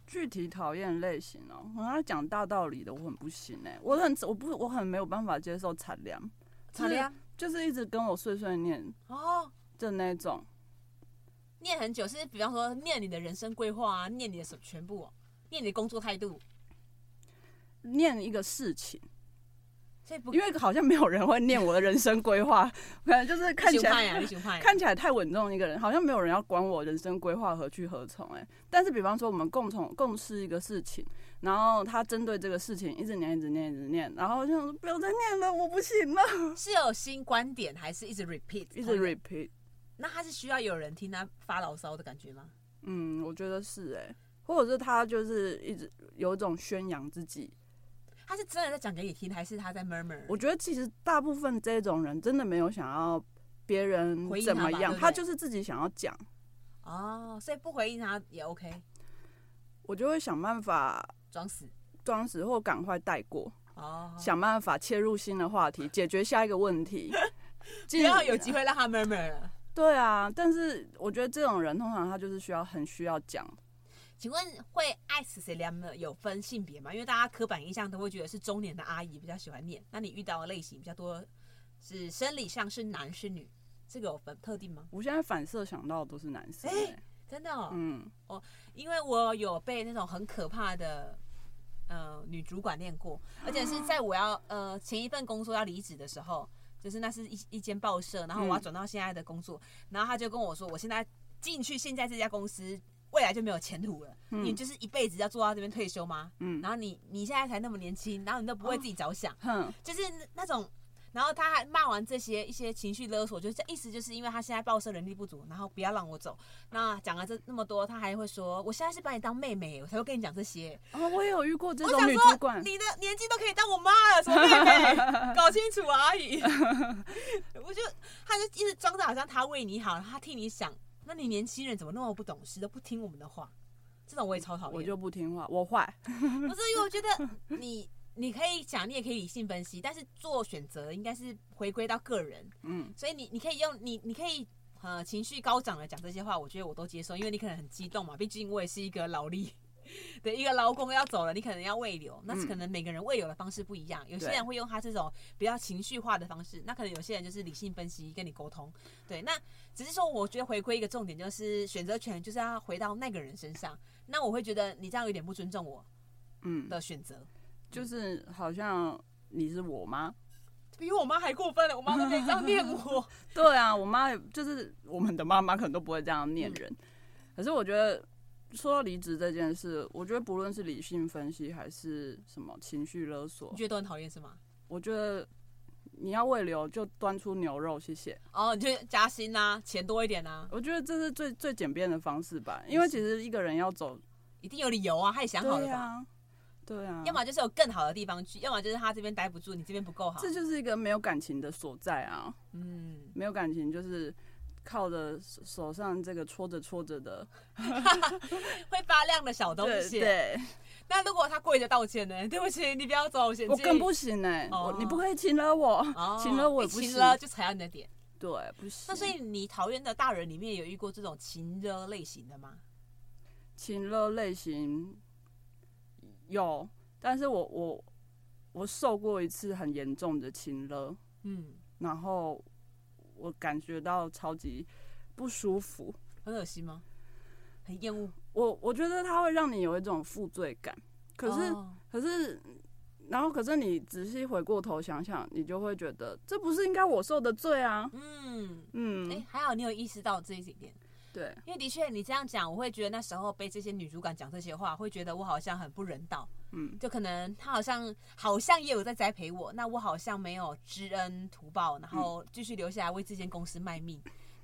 A: 具体讨厌类型哦，我要讲大道理的，我很不行哎、我很我不我很没有办法接受惨凉，
C: 吵架
A: 就是一直跟我碎碎念
C: 哦，
A: 的那种。
C: 念很久是比方说哦念你的人生规划啊，念你的什全部、哦，念你的工作态度，
A: 念一个事情，
C: 所以不
A: 因为好像没有人会念我的人生规划，可能就是看起来
C: 呀、啊，你熊派、啊，
A: 看起来太稳重的一个人，好像没有人要管我人生规划何去何从哎、但是比方说我们共同共事一个事情，然后他针对这个事情一直念一直念一直念，然后我就想说不要再念了，我不行了，
C: (laughs) 是有新观点还是一直 repeat
A: 一
C: 同
A: 直
C: 一个
A: repeat。
C: 那他是需要有人听他发牢骚的感觉吗？
A: 嗯，我觉得是哎、或者是他就是一直有一种宣扬自己。
C: 他是真的在讲给你听，还是他在 murmur？
A: 我觉得其实大部分这种人真的没有想要别人
C: 回应
A: 怎
C: 他
A: 么
C: 吧
A: 样，
C: 对不
A: 他
C: 对
A: 就是自己想要讲，
C: 哦，所以不回应他也 OK，
A: 我就会想办法
C: 装死
A: 装死或赶快带过，
C: 哦，
A: 想办法切入新的话题，解决下一个问
C: (laughs)
A: 题。
C: 不
A: 尽
C: 要有机会让他 murmur 了。
A: 对啊，但是我觉得这种人通常他就是需要很需要讲，
C: 请问会爱死谁凉的有分性别吗？因为大家刻板印象都会觉得是中年的阿姨比较喜欢念，那你遇到的类型比较多是生理上是男是女，这个有分特定吗？
A: 我现在反射想到的都是男生、
C: 哎
A: 欸
C: 真的哦，
A: 嗯，
C: 因为我有被那种很可怕的呃女主管念过，而且是在我要呃前一份工作要离职的时候，就是那是一一间报社，然后
A: 嗯
C: 我要转到现在的工作，然后他就跟我说，我现在进去现在这家公司。未来就没有前途了，
A: 嗯
C: 你就是一辈子要做到这边退休吗？
A: 嗯哦
C: 然后你你现在才那么年轻，然后你都不为自己着想，
A: 哼，
C: 就是那种，然后他还骂完这些一些情绪勒索，就是这意思就是因为他现在报社人力不足，然后不要让我走。那讲了这那么多，他还会说，我现在是把你当妹妹，我才会跟你讲这些。
A: 哦，我也有遇过这
C: 我
A: 种
C: 想
A: 女
C: 说
A: 主管，，
C: 你的年纪都可以当我妈了，什么妹
A: (laughs)
C: 妹？搞清楚啊，阿姨。 (laughs) 我就，他就一直装着好像他为你好，他替你想。那你年轻人怎么那么不懂事，都不听我们的话？这种我也超讨厌。
A: 我就不听话，我坏，
C: 不是因为我觉得你你可以讲，你也可以理性分析，但是做选择应该是回归到个人，
A: 嗯
C: 所以你你可以用你你可以。呃，情绪高涨的讲这些话，我觉得我都接受，因为你可能很激动嘛，毕竟我也是一个劳力 (laughs) 对，一个劳工要走了，你可能要喂流，那是可能每个人喂流的方式不一样，有些
A: 对
C: 人会用他这种比较情绪化的方式，那可能有些人就是理性分析跟你沟通，对，那只是说我觉得回归一个重点就是选择权就是要回到那个人身上，那我会觉得你这样有点不尊重我
A: 嗯，
C: 的选择，
A: 就是好像你是我
C: (laughs)
A: 妈，
C: 比我妈还过分了，我妈都可以这样念我。嗯
A: 对啊，我妈也就是我们的妈妈可能都不会这样念人，可是我觉得说到离职这件事，我觉得不论是理性分析还是什么情绪勒索
C: 你，觉得都很讨厌是吗？
A: 我觉得你要喂牛就端出牛肉，谢谢。
C: 哦，你就加薪呐、钱多一点啊呐、
A: 我觉得这是最最简便的方式吧，因为其实一个人要走，
C: 一定有理由啊，他也想好了
A: 对
C: 吧？
A: 啊，对啊，
C: 要么就是有更好的地方去，要么就是他这边待不住，你这边不够好。
A: 这就是一个没有感情的所在啊，
C: 嗯，
A: 没有感情就是靠着手手上这个戳着戳着的
C: 会发亮的小东
A: 嗯对
C: 西。
A: 对，
C: 那如果他跪着道歉呢？对不起，你不要走，险
A: 我
C: 境
A: 更不行哎、
C: 哦
A: 我你不可以请了我，
C: 哦，
A: (laughs) 请了我也
C: 一
A: 不
C: 亲
A: 行，
C: 了就踩到你的点。
A: 对，不行。
C: 那所以你讨厌的大人里面有遇过这种情热类型的吗？
A: 情乐类型有，但是我我我受过一次很严重的情乐，
C: 嗯，
A: 然后我感觉到超级不舒服。
C: 很恶心吗？很厌恶。
A: 我我觉得它会让你有一种负罪感，可是、
C: 哦
A: 可是，然后可是你仔细回过头想想，你就会觉得这不是应该我受的罪啊。
C: 嗯，哎、
A: 嗯，
C: 还好你有意识到这一点，
A: 对，
C: 因为的确你这样讲，我会觉得那时候被这些女主管讲这些话，会觉得我好像很不人道。
A: 嗯，
C: 就可能她好像好像也有在栽培我，那我好像没有知恩图报，
A: 嗯
C: 然后继续留下来为这间公司卖命。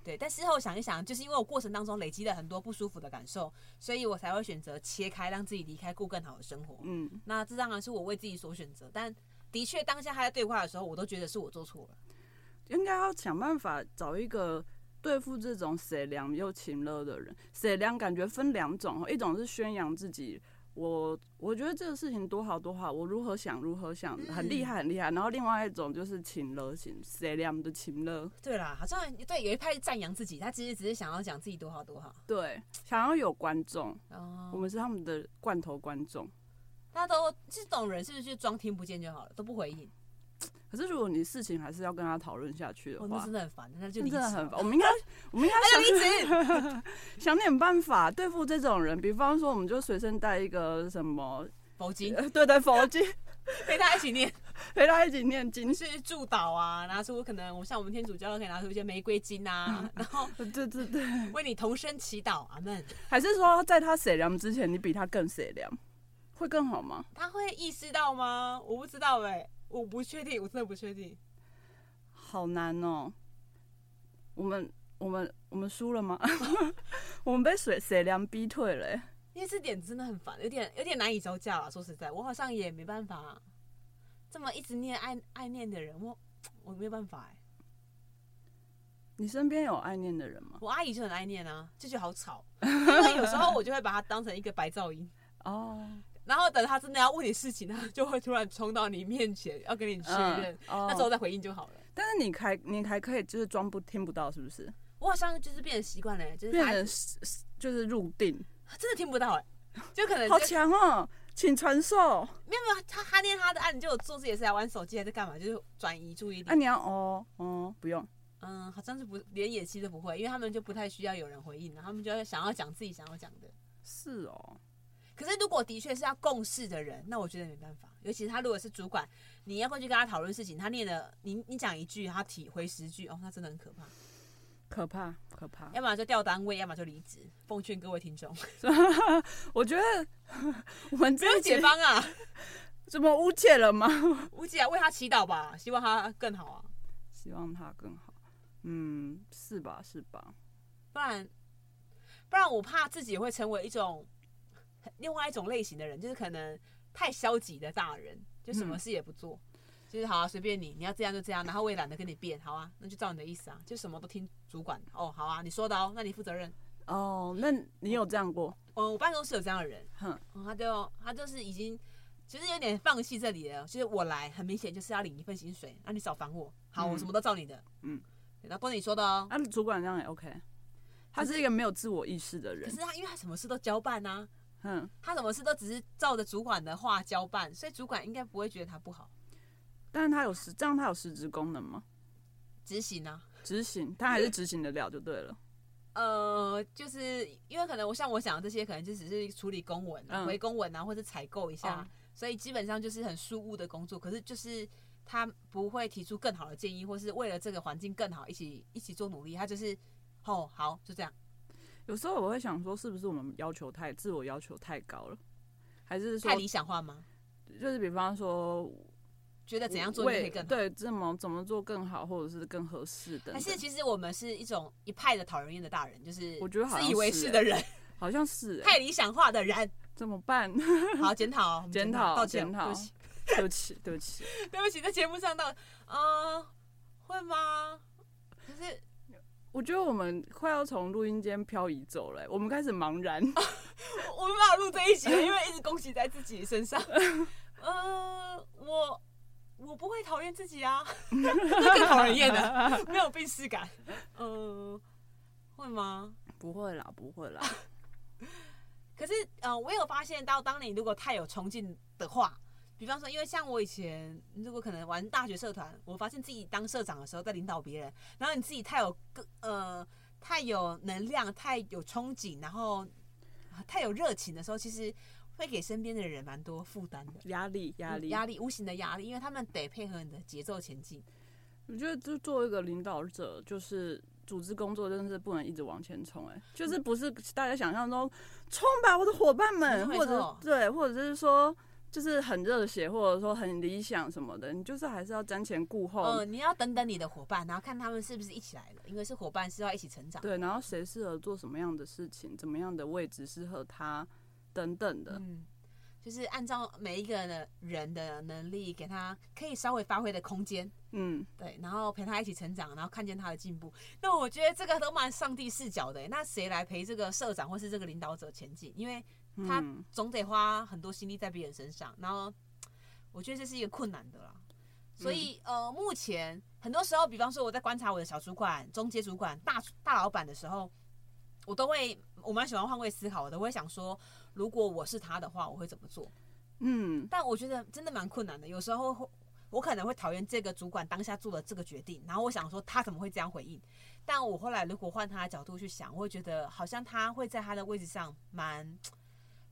C: 对，但事后想一想，就是因为我过程当中累积了很多不舒服的感受，所以我才会选择切开，让自己离开，过更好的生活。
A: 嗯。
C: 那这当然是我为自己所选择，但的确当下他在对话的时候，我都觉得是我做错了。
A: 应该要想办法找一个对付这种谁凉又情乐的人。谁凉感觉分两种，一种是宣扬自己，我我觉得这个事情多好多好，我如何想如何想，
C: 嗯
A: 很厉害很厉害。然后另外一种就是情乐型，谁凉的情乐，
C: 对啦，好像对有一派是赞扬自己，他其实只是想要讲自己多好多好。
A: 对，想要有观众，
C: 哦
A: 我们是他们的罐头观众。
C: 大家都这种人是不是就装听不见就好了，都不回应？
A: 可是如果你事情还是要跟他讨论下去的
C: 哦，
A: 话，
C: 那真的很烦，那就
A: 那
C: 离
A: 真的
C: 职
A: 很
C: 吧
A: 烦。我们应
C: (laughs)
A: 该，我们应该
C: 那
A: 想
C: 就离职。
A: 想点办法对付这种人。比方说，我们就随身带一个什么，
C: 佛经
A: 呃 (laughs) 对对，佛经，
C: 陪他一起念，
A: 陪他一起念经，
C: 是祝祷啊， (laughs) 拿出可能我像我们天主教可以拿出一些玫瑰金啊，然后
A: 对对对，
C: 为你同声祈祷，阿门。
A: 还是说在他谁凉之前，你比他更谁凉，会更好吗？
C: 他会意识到吗？我不知道哎、我不确定，我真的不确定。
A: 好难哦，我们我们我们输了
C: (laughs)
A: 吗？我们被谁谁凉逼退了欸、
C: 因为这点真的很烦，有点有点难以招架了。说实在，我好像也没办法这么一直念爱爱念的人，我我没有办法哎、
A: 你身边有爱念的人吗？
C: 我阿姨就很爱念啊，就觉得好吵，因为有时候我就会把它当成一个白噪音。
A: 哦，
C: 然后等他真的要问你事情，他就会突然冲到你面前，要跟你确认，
A: 哦
C: 那时候再回应就好了。
A: 但是你还你还可以就是装不听不到，是不是？
C: 我好像就是变成习惯了，就是
A: 变
C: 他
A: 成是是就是入定，
C: 真的听不 (laughs) 到哎、就可能就
A: 好强哦，请传授。
C: 没有没有他他念他的啊，你就有做自己的事，还玩手机还在干嘛，就是转移注意力。
A: 啊，你要哦哦，不用。
C: 嗯，好像是不连演戏都不会，因为他们就不太需要有人回应了，他们就要想要讲自己想要讲的。
A: 是哦，
C: 可是如果的确是要共事的人，那我觉得没办法，尤其是他如果是主管，你要过去跟他讨论事情，他念了你你讲一句，他体回十句，哦，那真的很可怕。
A: 可怕可 (laughs) 怕。
C: 要么就调单位，要么就离职。奉劝各位听 (laughs) 众，
A: 我觉得 (laughs) 我们
C: 不
A: 这
C: 用
A: 一集
C: 解放啊，
A: 怎么误解了吗？
C: 吴姐啊，为他祈祷吧，希望他更好啊，
A: (laughs) 希望他更好。嗯，是吧？是吧？
C: 不然不然我怕自己会成为一种另外一种类型的人，就是可能太消极的大人，就什么事也不做，就是好啊，随便你，你要这样就这样，然后我也懒得跟你辩，好啊，那就照你的意思啊，就什么都听主管的哦，好啊，你说的哦，那你负责任。
A: 哦，那你有这样过？
C: 嗯，我办公室有这样的人，
A: 哼，
C: 嗯，他就他就是已经其实有点放弃这里了，就是我来，很明显就是要领一份薪水，那、你少烦我，好，我
A: 嗯
C: 什么都照你的，
A: 嗯
C: 对，那不是你说的哦。
A: 啊，主管这样也 OK。他
C: 可是
A: 是一个没有自我意识的
C: 可
A: 人
C: 是。他因为他什么事都交办啊，
A: 嗯，
C: 他什么事都只是照着主管的话交办，所以主管应该不会觉得他不好，
A: 但是他有实，这样他有实质功能吗？
C: 执行啊。
A: 执行，他还是执行得了就对了。
C: 呃，就是因为可能我像我想的这些，可能就只是处理公文、啊、
A: 嗯
C: 回公文啊，或者采购一下，
A: 嗯
C: 所以基本上就是很事务的工作。可是就是他不会提出更好的建议，或是为了这个环境更好一起一起做努力，他就是哦好就这样。
A: 有时候我会想说，是不是我们要求太自我要求太高了，还是说
C: 太理想化吗？
A: 就是比方说
C: 觉得怎样做就可以
A: 为
C: 更好？
A: 对怎么怎么做更好，或者是更合适的？
C: 还是其实我们是一种一派的讨人厌的大人，就是
A: 我觉得好像
C: 自以为
A: 是
C: 是
A: 欸
C: 的人，
A: 好像是、欸、
C: 太理想化的人。
A: 怎么办？ (laughs)
C: 好，检讨哦，我们
A: 检
C: 讨，
A: 讨
C: 道歉，
A: 检
C: 对
A: 讨
C: 不起，
A: 对不起，对不起，
C: 对不起，在节目上道，嗯，会吗？可是
A: 我觉得我们快要从录音间漂移走了欸、我们开始茫
C: (laughs)
A: 然。
C: 我我没办法录这一集了，因为一直攻击在自己身上。呃，我我不会讨厌自己
A: (laughs)
C: 啊，那更讨人厌的，没有病耻感。呃，会吗？
A: 不会啦，不会啦，
C: 可是呃，我有发现到，当你如果太有冲劲的话，比方说，因为像我以前如果可能玩大学社团，我发现自己当社长的时候在领导别人，然后你自己太有个呃太有能量、太有憧憬，然后太有热情的时候，其实会给身边的人蛮多负担的。
A: 压力，压力，
C: 压力，无形的压力，因为他们得配合你的节奏前进。
A: 我觉得，就作为一个领导者，就是组织工作，真的是不能一直往前冲。哎，
C: 嗯
A: 就是不是大家想象中冲吧，我的伙伴们，
C: 没错
A: 或
C: 没
A: 者
C: 错
A: 对，或者是说就是很热血，或者说很理想什么的，你就是还是要瞻前顾后。
C: 嗯、你要等等你的伙伴，然后看他们是不是一起来了，因为是伙伴是要一起成长。
A: 对，然后谁适合做什么样的事情，怎么样的位置适合他，等等的。
C: 嗯，就是按照每一个人的人的能力，给他可以稍微发挥的空间，
A: 嗯，
C: 对，然后陪他一起成长，然后看见他的进步。那我觉得这个都蛮上帝视角的欸耶。那谁来陪这个社长或是这个领导者前进？因为他
A: 嗯
C: 总得花很多心力在别人身上，然后我觉得这是一个困难的啦。所以、呃，目前很多时候，比方说我在观察我的小主管、中阶主管、大大老板的时候，我都会我蛮喜欢换位思考的，我会想说，如果我是他的话，我会怎么做？
A: 嗯，
C: 但我觉得真的蛮困难的，有时候会我可能会讨厌这个主管当下做的这个决定，然后我想说他怎么会这样回应？但我后来如果换他的角度去想，我会觉得好像他会在他的位置上蛮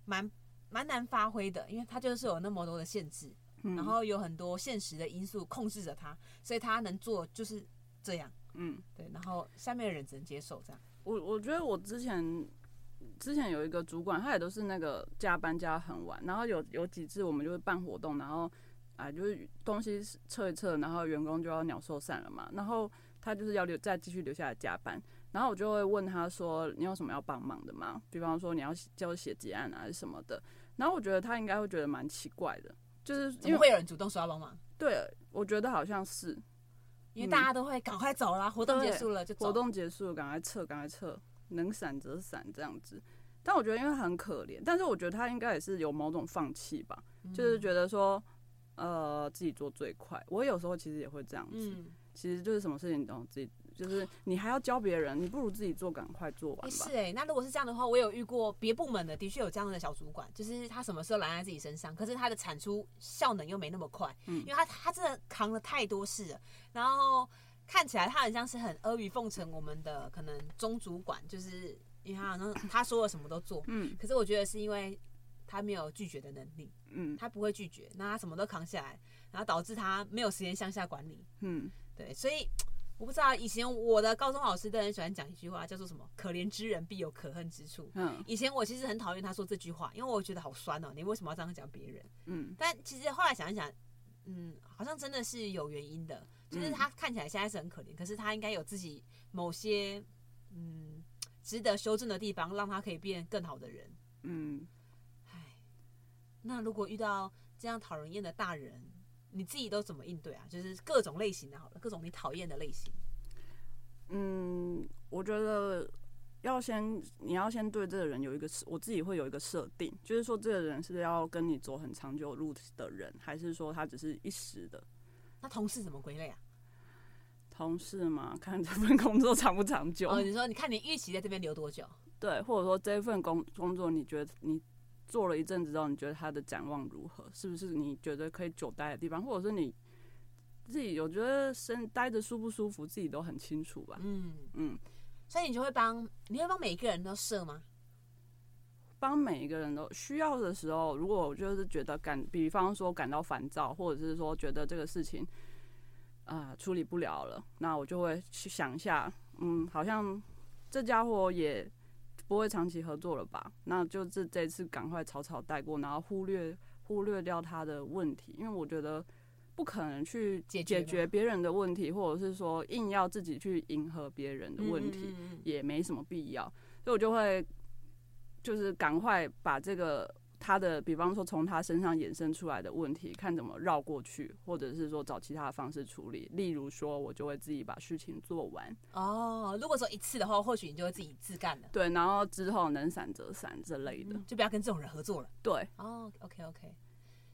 C: 蛮蛮难发挥的，因为他就是有那么多的限制，
A: 嗯
C: 然后有很多现实的因素控制着他，所以他能做就是这样，
A: 嗯。
C: 对，然后下面的人只能接受这样。
A: 我我觉得我之前之前有一个主管，他也都是那个加班加很晚，然后有有几次我们就会办活动，然后啊就是东西测一测，然后员工就要鸟兽散了嘛，然后他就是要留再继续留下来加班，然后我就会问他说你有什么要帮忙的吗？比方说你要叫我写结案啊还是什么的，然后我觉得他应该会觉得蛮奇怪的，就是
C: 怎
A: 因
C: 么
A: 为
C: 会有人主动说要帮忙？
A: 对我觉得好像是
C: 因为大家都会赶快走啦，活动结束了就走。
A: 嗯
C: 嗯
A: 活动结束了，赶快撤，赶快撤，能闪则闪这样子。但我觉得因为很可怜，但是我觉得他应该也是有某种放弃吧，
C: 嗯
A: 就是觉得说，呃，自己做最快。我有时候其实也会这样子，
C: 嗯。
A: 其实就是什么事情你都自己，就是你还要教别人，你不如自己做，赶快做
C: 欸
A: 完吧
C: 是。哎、那如果是这样的话，我有遇过别部门的，的确有这样的小主管，就是他什么时候揽在自己身上，可是他的产出效能又没那么快，
A: 嗯
C: 因为他他真的扛了太多事了，然后看起来他很像是很阿谀奉承我们的可能中主管，就是因为他好像他说了什么都做，
A: 嗯
C: 可是我觉得是因为他没有拒绝的能力，
A: 嗯
C: 他不会拒绝，那他什么都扛下来，然后导致他没有时间向下管理，
A: 嗯，
C: 对，所以我不知道，以前我的高中老师都很喜欢讲一句话，叫做什么“可怜之人必有可恨之处”。
A: 嗯
C: 以前我其实很讨厌他说这句话，因为我觉得好酸哦、你为什么要这样讲别人？
A: 嗯
C: 但其实后来想一想，嗯，好像真的是有原因的，就是他看起来现在是很可怜，可是他应该有自己某些嗯值得修正的地方，让他可以变更好的人。
A: 嗯，
C: 唉，那如果遇到这样讨人厌的大人，你自己都怎么应对啊？就是各种类型的好了，各种你讨厌的类型。
A: 嗯，我觉得要先你要先对这个人有一个设，我自己会有一个设定，就是说这个人是要跟你走很长久路的人，还是说他只是一时的
C: 那同事怎么归类啊？
A: 同事嘛？ (laughs) 看这份工作长不长久，
C: 哦，你说你看你预期在这边留多久？
A: 对，或者说这份工工作，你觉得你做了一阵子之后，你觉得他的展望如何？是不是你觉得可以久待的地方，或者是你自己我觉得身待着舒不舒服，自己都很清楚吧？
C: 嗯，
A: 嗯，
C: 所以你就会帮，你会帮每一个人都设吗？
A: 帮每一个人都需要的时候，如果我就是觉得感，比方说感到烦躁，或者是说觉得这个事情啊、呃处理不了了，那我就会去想一下，嗯，好像这家伙也不会长期合作了吧？那就是这次赶快草草带过，然后忽略忽略掉他的问题，因为我觉得不可能去
C: 解决
A: 解
C: 吗
A: 决别人的问题，或者是说硬要自己去迎合别人的问题，
C: 嗯嗯嗯
A: 也没什么必要。所以我就会就是赶快把这个。他的，比方说从他身上衍生出来的问题，看怎么绕过去，或者是说找其他的方式处理。例如说，我就会自己把事情做完，
C: 哦，如果说一次的话，或许你就会自己自干了，
A: 对，然后之后能闪则闪之类的，
C: 就不要跟这种人合作了。
A: 对，
C: 哦，OK OK，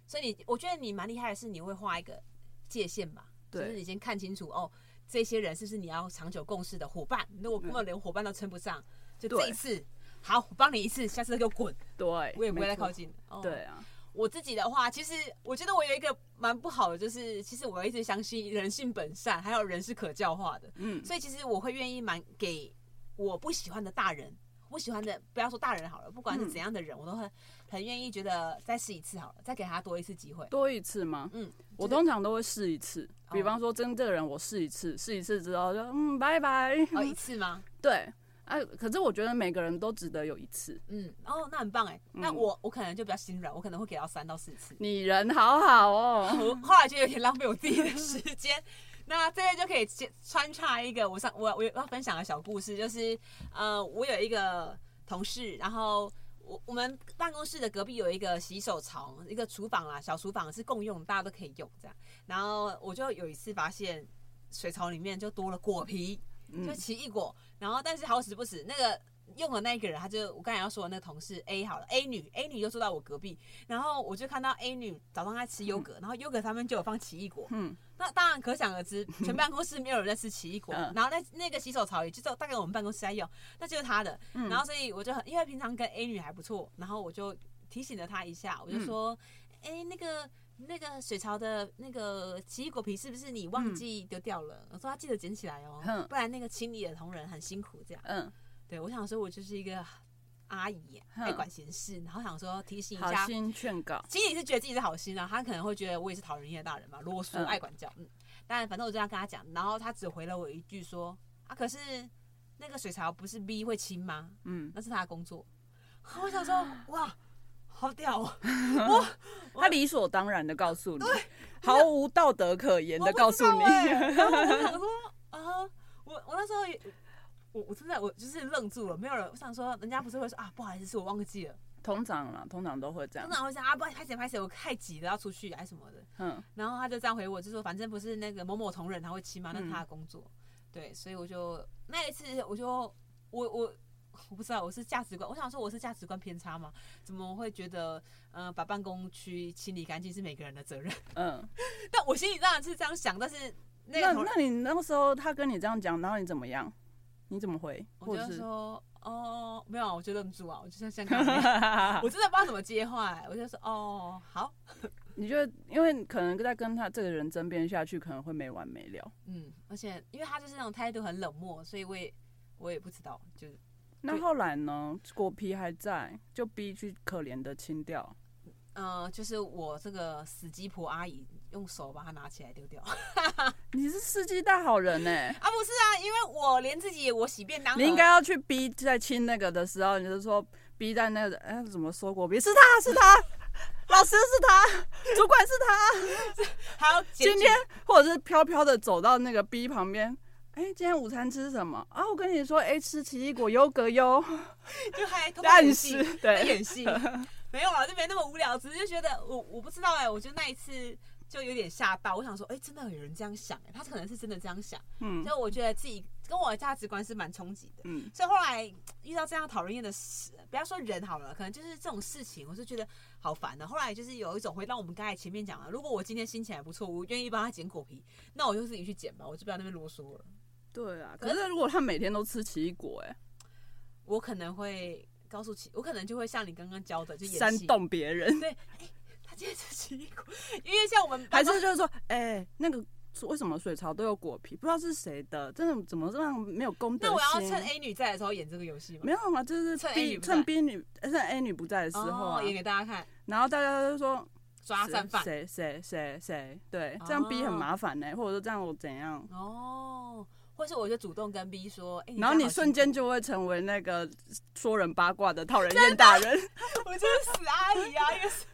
C: 所以你我觉得你蛮厉害的是，你会画一个界限吧，就
A: 对
C: 是你先看清楚哦，这些人是不是你要长久共事的伙伴？如果根本连伙伴都称不上，就这
A: 嗯对
C: 一次，好，我帮你一次，下次再给我滚，
A: 对，
C: 我也不
A: 没
C: 会再
A: 错
C: 靠。近了。哦
A: 对啊，
C: 我自己的话，其实我觉得我有一个蛮不好的，就是其实我一直相信人性本善，还有人是可教化的，
A: 嗯，
C: 所以其实我会愿意蛮给我不喜欢的大人，不喜欢的不要说大人好了，不管是
A: 嗯
C: 怎样的人，我都很很愿意觉得再试一次好了，再给他多一次机会。
A: 多一次吗？
C: 嗯，
A: 我
C: 就是
A: 通常都会试一次，比
C: 哦
A: 方说跟这个人我试一次，试一次之后就嗯拜拜。
C: 哦一次吗？
A: 对，啊，可是我觉得每个人都值得有一次。
C: 嗯，哦那很棒哎，那
A: 嗯
C: 我我可能就比较心软，我可能会给到三到四次。
A: 你人好好
C: (laughs)
A: 哦，
C: 我后来就有点浪费我自己的时间。 (laughs) 那这边就可以接穿插一个我上我我要分享的小故事，就是呃，我有一个同事，然后我我们办公室的隔壁有一个洗手槽，一个厨房啦，小厨房是共用，大家都可以用这样。然后我就有一次发现水槽里面就多了果皮，就
A: 嗯
C: 奇异果。然后但是好死不死，那个用的那一个人，他就我刚才要说的那个同事 A 好了，A 女 A 女就坐在我隔壁，然后我就看到 A 女早上在吃优格，然后优格上面就有放奇异果。
A: 嗯，
C: 那当然可想而知，全办公室没有人在吃奇异果，
A: 嗯
C: 然后那那个洗手槽也就大概我们办公室在用，那就是他的。
A: 嗯
C: 然后所以我就很，因为平常跟 A 女还不错，然后我就提醒了她一下，
A: 嗯
C: 我就说，哎、那个。那个水槽的那个奇异果皮是不是你忘记丢掉了？我说她记得捡起来哦，
A: 嗯哼
C: 不然那个清理的同仁很辛苦这样。
A: 嗯，
C: 对我想说，我就是一个阿姨，
A: 哼
C: 爱管闲事，然后想说提醒一
A: 好
C: 下
A: 心劝告，
C: 其实你是觉得自己是好心啊，他可能会觉得我也是讨人厌的大人嘛，啰嗦、
A: 嗯
C: 爱管教，嗯。但反正我就这样跟他讲，然后他只回了我一句说：“啊，可是那个水槽不是 B 会清吗？
A: 嗯，
C: 那是他的工作。” (laughs) 我想说，哇，好屌、哦！
A: 他理所当然的告诉你，毫无道德可言的告诉
C: 我不
A: 你
C: 知，
A: (laughs)
C: 道欸然后我就想说啊，我我那时候也我我真的我就是愣住了，没有人。我想说，人家不是会说啊，不好意思，是我忘记了。
A: 通常啦，通常都会这样
C: 通，常会说啊，不好意思，拍谁拍谁，我太急了，要出去还是什么的。
A: 嗯，
C: 然后他就这样回我，就说反正不是那个某某同仁他会骑嘛，那是
A: 嗯
C: 他的工作。对，所以我就那一次我就我我我不知道我是价值观，我想说我是价值观偏差嘛，怎么会觉得呃把办公区清理干净是每个人的责任？ (laughs)
A: 嗯，
C: 但我心里当然是这样想，但是那
A: 那
C: 个同仁
A: 那你那时候他跟你这样讲，然后你怎么样？你怎么回？
C: 我
A: 或者，
C: 就是说哦没有啊，我就愣住啊，我就像像刚刚那
A: (laughs)
C: 样我真的不知道怎么接话、我就说哦好，
A: 你觉得，因为可能在跟他这个人争辩下去，可能会没完没了。
C: 嗯，而且因为他就是那种态度很冷漠，所以我也我也不知道，就是。
A: 那后来呢？果皮还在，就逼去可怜的清掉。
C: 呃，就是我这个死鸡婆阿姨用手把它拿起来丢掉 (laughs) 啊，
A: 你是司机大好人呢、欸
C: 不是啊，因为我连自己我洗便当盒，
A: 你应该要去逼在清那个的时候，你就说逼在那个哎、怎么说果皮是他是他， (laughs) 老师是他， (laughs) 主管是他。
C: 还要检
A: 今
C: 举
A: 天或者是飘飘的走到那个 B 旁边，哎、今天午餐吃什么啊？我跟你说，哎、吃奇异果优格
C: (laughs)
A: 哟，
C: 就还偷偷演
A: 暗
C: 戏
A: 示，
C: 在
A: 对，
C: 演戏，没有啊，就没那么无聊，只是就觉得我我不知道哎、我就那一次就有点吓到，我想说，哎、真的有人这样想、哎，他可能是真的这样想，
A: 嗯
C: 所以我觉得自己跟我的价值观是蛮冲击的。
A: 嗯，
C: 所以后来遇到这样讨人厌的事，不要说人好了，可能就是这种事情，我是觉得好烦哦的。后来就是有一种回到我们刚才前面讲了，如果我今天心情还不错，我愿意帮他捡果皮，那我就自己去捡吧，我就不要那边啰嗦了。
A: 对啊。可是如果他每天都吃奇异果、哎。
C: 我可能会告诉其，我可能就会像你刚刚教的，就演戏
A: 煽。动别
C: (laughs)
A: 人，
C: 他今天吃奇异果，因为像我们
A: 还是就是说，哎、那个为什么水槽都有果皮？不知道是谁的，真的怎么这样没有公德
C: 那
A: 心？
C: 我要趁 A 女在的时候演这个游戏嘛，
A: 没有啊，就是
C: 趁 A 女
A: B
C: 不在
A: 趁 B 女趁 A 女不在的时候啊，
C: 哦演给大家看，
A: 然后大家就说
C: 抓
A: 谁
C: 战犯。
A: 谁谁谁谁，对
C: 哦，
A: 欸这样 B 很麻烦呢、或者说这样我怎样？
C: 哦，或是我就主动跟 B 说，哎、
A: 然后你瞬间
C: 就
A: 就会成为那个说人八卦的讨人厌大人。
C: 我 (laughs) 就是死阿姨啊，也是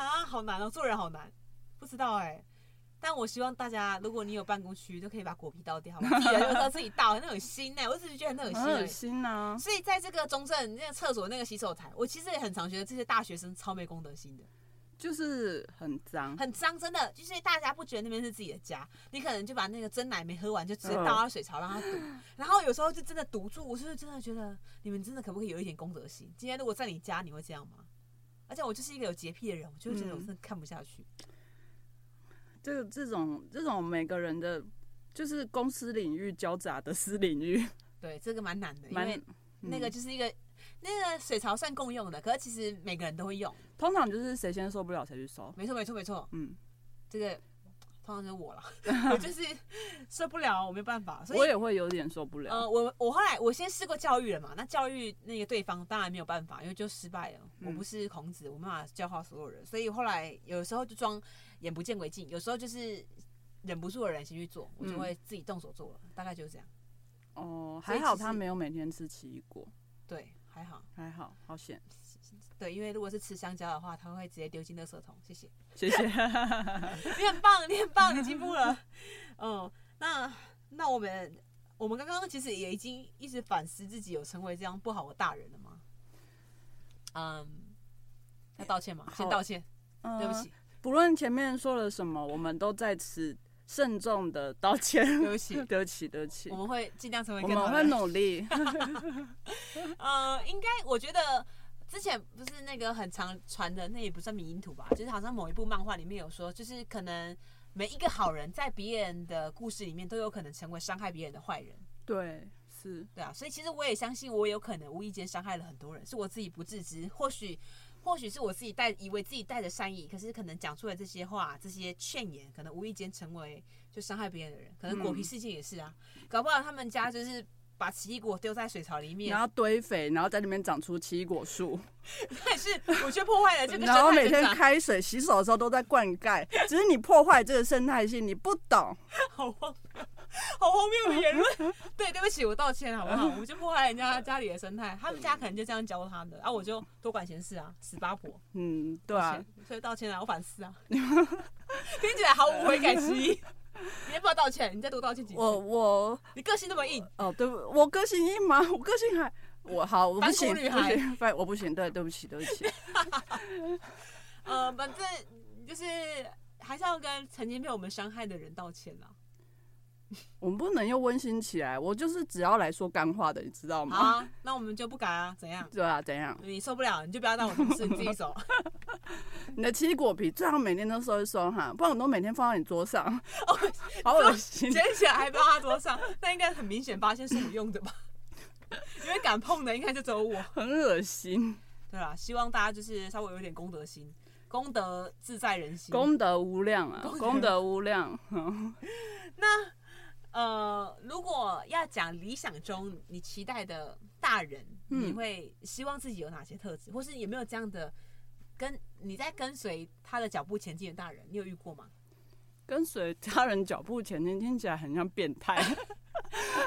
C: 啊，好难哦，做人好难，不知道哎、但我希望大家，如果你有办公区，都可以把果皮倒掉，好
A: (laughs)
C: 吗？自己的垃圾自己倒，那很新欸呢、我只是觉得很恶心
A: 很
C: 而
A: 恶
C: 已。
A: 心啊呐、
C: 所以在这个中正那个厕所那个洗手台，我其实也很常觉得这些大学生超没公德心的，
A: 就是很脏。
C: 很脏，真的。就是大家不觉得那边是自己的家，你可能就把那个真奶没喝完就
A: 嗯
C: 直接倒到水槽让它堵，然后有时候就真的堵住。我是真的觉得你们真的可不可以有一点公德心？今天如果在你家，你会这样吗？而且我就是一个有洁癖的人，我就会觉得
A: 嗯
C: 我真的看不下去。
A: 这个这种这种每个人的，就是公司领域交杂的私领域，
C: 对，这个蛮难的，因
A: 蛮
C: 为那个
A: 嗯
C: 就是一个。那个水槽算共用的，可是其实每个人都会用。
A: 通常就是谁先受不了谁去收。
C: 没错，没错，没错。
A: 嗯，
C: 这个通常就是我了， (laughs) 我就是受不了，我没办法。所
A: 我
C: 以
A: 也会有点受不了。
C: 呃，我我后来我先试过教育了嘛，那教育那个对方当然没有办法，因为就失败了。
A: 嗯
C: 我不是孔子，我没办法教化所有人，所以后来有时候就装眼不见为净，有时候就是忍不住的人先去做，我就
A: 嗯
C: 会自己动手做了，大概就是这样。
A: 哦，
C: 所以
A: 还好
C: 其
A: 他
C: 实
A: 没有每天吃奇异果，
C: 对，还好。
A: 还好，好险，
C: 对，因为如果是吃香蕉的话，他会直接丢进垃圾桶。谢谢。
A: 谢谢。
C: (laughs) 你很棒，你很棒，你进步
A: (laughs)
C: 了。嗯，那那我们我们刚刚其实也已经一直反思自己有成为这样不好的大人了吗？嗯，要道歉吗？
A: 好
C: 先道歉，
A: 嗯
C: 对不起，
A: 不论前面说了什么，我们都在此慎重的道歉。
C: 对不起，
A: 嗯 (laughs) 对不起，对不起
C: 我，们会尽量成为
A: 我
C: 更好
A: 们
C: 的
A: 会
C: 人。
A: 努
C: (laughs)
A: 力。
C: 呃，应该我觉得。之前不是那个很常传的，那也不算迷因图吧，就是好像某一部漫画里面有说，就是可能每一个好人在别人的故事里面都有可能成为伤害别人的坏人。
A: 对， (laughs) 是，
C: 对啊，所以其实我也相信，我有可能无意间伤害了很多人，是我自己不自知，或许。或许是我自己带以为自己带着善意，可是可能讲出来这些话、这些劝言，可能无意间成为就伤害别人的人。可能果皮
A: 嗯
C: 事件也是啊，搞不好他们家就是把奇异果丢在水槽里面
A: 然，后堆肥，然后在里面长出奇异果树，
C: 但是我却破坏了这个
A: (laughs)
C: 生
A: 然后
C: 态
A: 每
C: 啊生
A: 天
C: 长，
A: 开水、洗手的时候都在灌溉，只是你破坏这个生态系，你不懂。
C: 好荒谬，好荒谬的言论。 (laughs) 对，对不起，我道歉好不好？我就破坏人家家里的生态，他们家可能就这样教他的，啊，我就多管闲事啊，死八婆。
A: 嗯，对啊，
C: 歉，所以道歉啊，我反
A: (laughs)
C: 思啊， (laughs) 听起来毫无悔改之意。 (laughs) 你要不要道歉？你再多道歉几次？
A: 我我
C: 你个性那么硬，
A: 哦，对不，我个性硬吗？我个性还我好，我不
C: 反骨
A: 行，
C: 女
A: 不
C: 孩
A: 行，反我不行，对，对不起，对不起。
C: 呃，反正就是还是要跟曾经被我们伤害的人道歉啦。
A: 我们不能又温馨起来，我就是只要来说干话的，你知道
C: 好
A: 吗？
C: 啊，那我们就不敢啊，怎样？
A: 对啊，怎样？
C: 你受不了，你就不要当我同事，你自己
A: (laughs)
C: 走。 (laughs)
A: 你的奇异果皮最好每天都收一收哈，不然我都每天放到你桌上，
C: 哦
A: (laughs) 好恶心。
C: 捡起来还放他桌上，那应该很明显发现是我用的吧？ (laughs) 因为敢碰的应该就只有我。
A: 很恶心，
C: 对啦，希望大家就是稍微有点公德心，公德自在人心。
A: 功德无量啊，
C: 功德
A: 功德无量。
C: 那呃，如果要讲理想中你期待的大人，
A: 嗯
C: 你会希望自己有哪些特质，或是有没有这样的跟你在跟随他的脚步前进的大人，你有遇过吗？
A: 跟随他人脚步前进，听起来很像变
C: (laughs)
A: 态。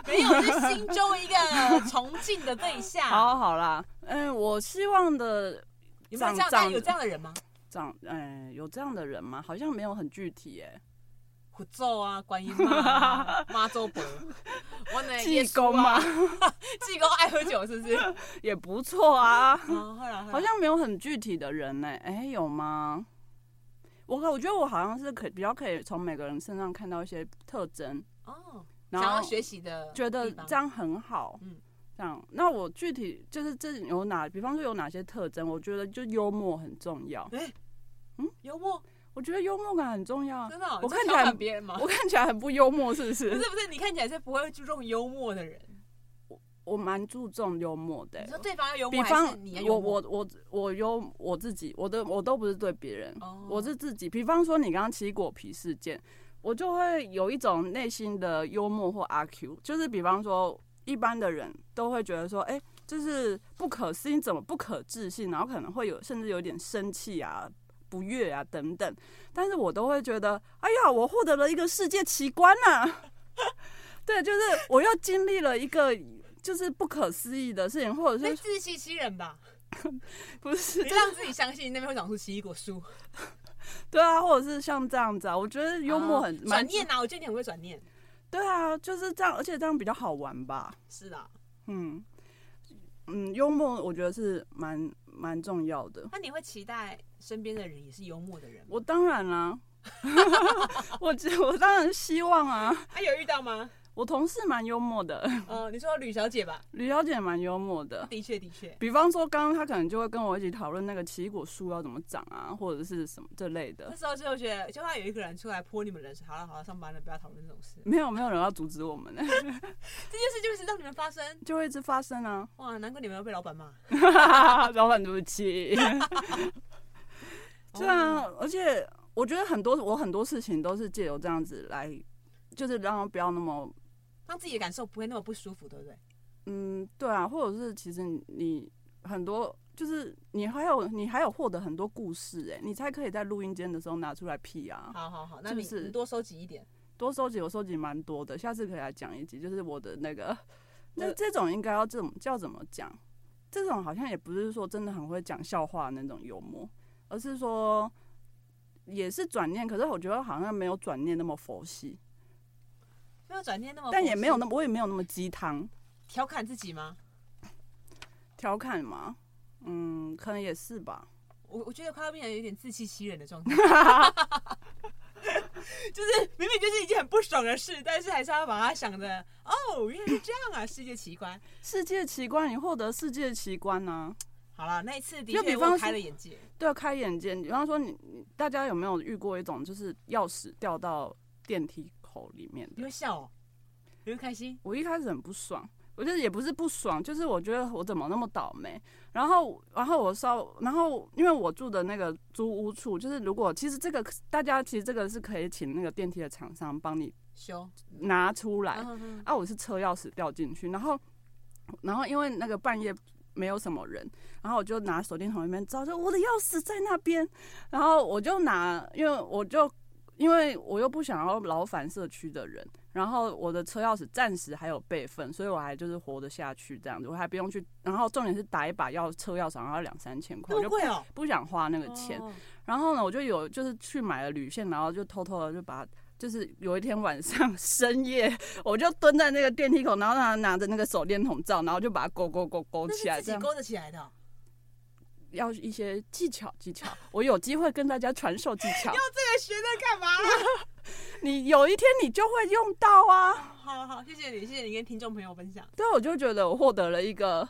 C: 没有，是心中一个崇敬的对象。
A: (laughs) 好好啦，嗯，我希望的
C: 有没有
A: 长
C: 这样？那
A: 长
C: 有这样的人吗？
A: 长，嗯，有这样的人吗？好像没有很具体哎、
C: 苦咒啊，观音妈啊、妈周婆，我呢
A: 济公吗？ (laughs)
C: 耶稣啊济公爱喝酒是不是？
A: 也不错啊，
C: 嗯，后来
A: 好像没有很具体的人呢、哎、有吗？我可我觉得我好像是可比较可以从每个人身上看到一些特征，
C: 哦，
A: 然
C: 想要
A: 后
C: 学习的，
A: 觉得这样很好，
C: 嗯
A: 嗯，这样。那我具体就是这有哪，比方说有哪些特征？我觉得就幽默很重要，
C: 幽默，
A: 我觉得幽默感很重要啊。
C: 真的哦、
A: 我
C: 你是
A: 看起
C: 调
A: 来
C: 侃别人吗？
A: 我看起来很不幽默，是不
C: 不 (laughs)
A: 是？
C: 是不是，你看起来是不会注重幽默的人。
A: 我蛮注重幽默的、
C: 你说对方要幽
A: 哎比
C: 默，
A: 方
C: 还是你要
A: 我
C: 幽默？
A: 我我我幽我自己，我的我都不是对别人，
C: 哦
A: 我是自己。比方说你刚刚奇果皮事件，我就会有一种内心的幽默或阿 Q，就是比方说一般的人都会觉得说，哎、就是不可思议，怎么不可置信，然后可能会有甚至有点生气啊。不悦啊，等等，但是我都会觉得，哎呀，我获得了一个世界奇观呐、 (laughs) 对，就是我又经历了一个就是不可思议的事情，或者
C: 那
A: 是
C: 自欺欺人
A: (laughs)
C: 吧，
A: 不是
C: 你让自己相信那边会长出奇异果树。
A: 对啊，或者是像这样子啊，我觉得幽默很
C: 啊
A: 蛮
C: 转念啊，我觉得你很会转念。
A: 对啊，就是这样，而且这样比较好玩吧。
C: 是啊的，
A: 嗯嗯，幽默我觉得是蛮蛮重要的。
C: 那你会期待身边的人也是幽默的人
A: (laughs)
C: 吗？
A: 我当然啦、我我当然希望啊。
C: 他有遇到吗？
A: 我同事蛮幽默的，
C: 呃，你说吕小姐吧，
A: 吕小姐也蛮幽默的。
C: 的确的确，
A: 比方说，刚刚她可能就会跟我一起讨论那个奇异果树要怎么长啊，或者是什么这类的
C: 那。时候就觉得，就怕有一个人出来泼你们冷水。好了好了，上班了，不要讨论这种事。
A: (laughs) 没有没有人要阻止我们呢，
C: 这件事就是让你们发生，
A: 就会一直发生啊。
C: 哇，难怪你们要被老板骂。
A: (laughs) 老板，对不起。 (laughs) 对啊，而且我觉得很多我很多事情都是借由这样子来，就是让他不要那么
C: 让自己的感受不会那么不舒服，对不对？
A: 嗯，对啊，或者是其实你很多就是你还有你还有获得很多故事哎、你才可以在录音间的时候拿出来屁啊。
C: 好好好，那
A: 是
C: 你
A: 不是
C: 你多收集一点。
A: 多收集，我收集蛮多的，下次可以来讲一集，就是我的那个，那
C: 呃
A: 这种应该要怎么叫怎么讲？这种好像也不是说真的很会讲笑话那种幽默，而是说也是转念，可是我觉得好像没有转念那么佛系，
C: 没有转念那么，
A: 但也没有
C: 么
A: 那么我也没有那么鸡汤
C: 调侃自己吗？
A: 调侃嘛，嗯，可能也是吧。
C: 我我觉得快要变成有点自欺欺人的
A: (laughs)
C: 状态，就是明明就是一件很不爽的事，但是还是要把它想的哦，原来是这样啊， (laughs) 世界奇观。
A: 世界奇观，你获得世界奇观呢、
C: 好了，那一次的
A: 就
C: 确
A: 比
C: 我
A: 方
C: 开
A: 说
C: 了眼界，
A: 对啊，开眼界。比方说你，你大家有没有遇过一种就是钥匙掉到电梯口里面的
C: 你？会笑哦，你会开心，
A: 我一开始很不爽，我就是也不是不爽，就是我觉得我怎么那么倒霉。然后，然后我稍，然后因为我住的那个租屋处，就是如果其实这个大家其实这个是可以请那个电梯的厂商帮你
C: 羞。
A: 拿出来
C: 嗯，哼哼
A: 啊，我是车钥匙掉进去，然后，然后因为那个半夜没有什么人，然后我就拿手电筒那边照，就我的钥匙在那边，然后我就拿，因为我就因为我又不想要劳烦社区的人，然后我的车钥匙暂时还有备份，所以我还就是活得下去这样子，我还不用去，然后重点是打一把钥车钥匙，然后要两三千块，
C: 那
A: 我就
C: 么
A: 不
C: 贵哦，
A: 不想花那个钱，
C: 哦
A: 然后呢，我就有就是去买了铝线，然后就偷偷的就把，就是有一天晚上深夜，我就蹲在那个电梯口，然后拿拿着那个手电筒照，然后就把它勾勾勾勾
C: 那
A: 起来，
C: 是
A: 这 (laughs)
C: 自己
A: 样
C: 勾得起来的哦，
A: 要一些技巧技巧。我有机会跟大家传授技巧，
C: 这个学那干嘛啊？
A: 你有一天你就会用到啊。
C: (laughs) 好好，谢谢你，谢谢你跟听众朋友分享。
A: 对，我就觉得我获得了一个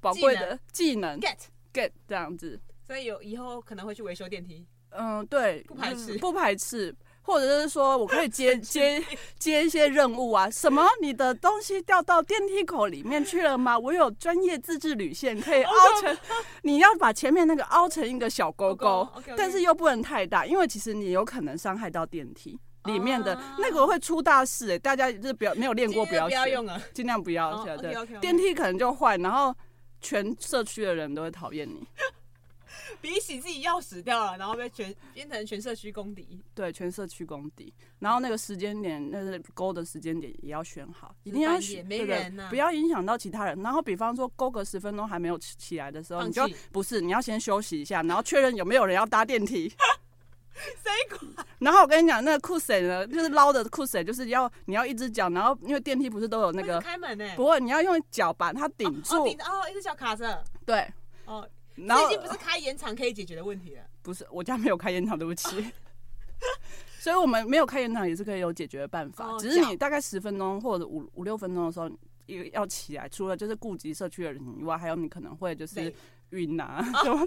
A: 宝贵的技能
C: get，
A: get 这样子。
C: 所以有以后可能会去维修电梯。
A: 嗯，对，
C: 不排斥
A: 嗯不排斥，或者是说我可以接接接一些任务啊。什么？你的东西掉到电梯口里面去了吗？我有专业自制铝线，可
C: 哦
A: 以凹成，你要把前面那个凹成一个小勾勾，
C: ，OK，
A: 但是又不能太大，因为其实你有可能伤害到电梯。里面的
C: 啊
A: 那个会出大事哎、大家就是不要没有练过
C: 不要
A: 学，
C: 用啊。
A: 尽量不要
C: 哦
A: 学。对
C: OK，OK，OK
A: 电梯可能就坏，然后全社区的人都会讨厌你，
C: 比起自己钥匙掉了，然后被全变成全社区公敌，
A: 对，全社区公敌。然后那个时间点，那个勾的时间点也要选好，一定要
C: 半夜
A: 选
C: 没
A: 对对
C: 人啊呐
A: 不要影响到其他人。然后比方说勾个十分钟还没有起起来的时候，
C: 放
A: 你
C: 弃
A: 就不是，你要先休息一下，然后确认有没有人要搭电梯。
C: (laughs) 谁管？
A: (laughs) 然后我跟你讲，那个酷谁呢，就是捞的酷谁，就是要你要一只脚，然后因为电梯不是都有那
C: 会
A: 个，
C: 开门呢？
A: 不会，你要用脚把它顶
C: 哦
A: 住，
C: 顶着哦，一只脚卡着
A: 对。
C: 哦，
A: 然
C: 这
A: 后
C: 已经不是开延长可以解决的问题了。
A: 不是，我家没有开烟厂，对不起。 (laughs) 所以我们没有开烟厂也是可以有解决的办法，
C: 哦
A: 只是
C: 脚
A: 你大概十分钟或者五五六分钟的时候，一要起来，除了就是顾及社区的人以外，还有你可能会就是
C: 对，
A: 晕
C: (laughs)
A: 啊，什么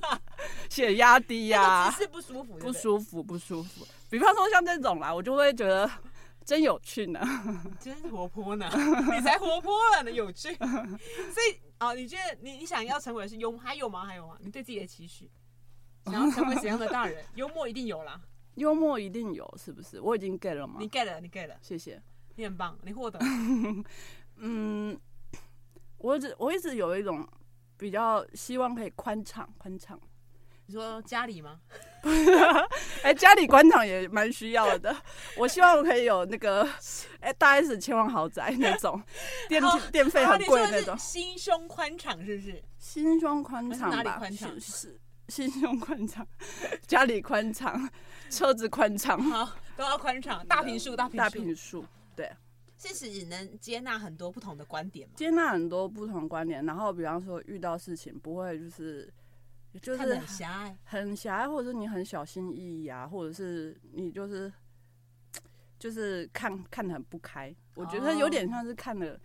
A: 血压低呀、
C: 那个姿势不舒服，
A: 不舒服不舒服。比方说像这种啦，我就会觉得真有趣呢。 (laughs)
C: 服，真是活泼呢， (laughs) 你才活泼了呢，
A: (laughs)
C: 有趣。所以哦，你觉得你你想要成为的是幽默，还有吗？还有吗？你对自己的期许，想要成为怎样的大人？幽默一定有
A: (laughs)
C: 啦，
A: 幽默一定有，是不是？我已经 get 了吗
C: 你？get 了，你 get 了，
A: 谢谢。
C: 你很棒，你获得。
A: 嗯，我一直我一直有一种比较希望可以宽敞宽敞，
C: 你说家里吗？
A: 哎、家里官场也蛮需要的。我希望我可以有那个，哎、大 S 千万豪宅那种，电
C: 哦
A: 电费
C: 啊
A: 很
C: 你说
A: 贵
C: 的
A: 那
C: 是
A: 种，
C: 心胸宽敞是不是？
A: 心胸宽敞
C: 还是哪里
A: 吧，
C: 宽
A: 是
C: 敞
A: 是心胸宽敞，家里宽敞，车子宽敞，
C: 好，都要宽敞，大平数，大平
A: 大
C: 数，
A: 平数，
C: 是指能接纳很多不同的观点嘛？
A: 接纳很多不同观点，然后比方说遇到事情不会就是就
C: 看得
A: 是
C: 很狭隘，
A: 很狭隘，或者是你很小心翼翼啊，或者是你就是就是看看得很不开。我觉得
C: 哦
A: 有点像是看的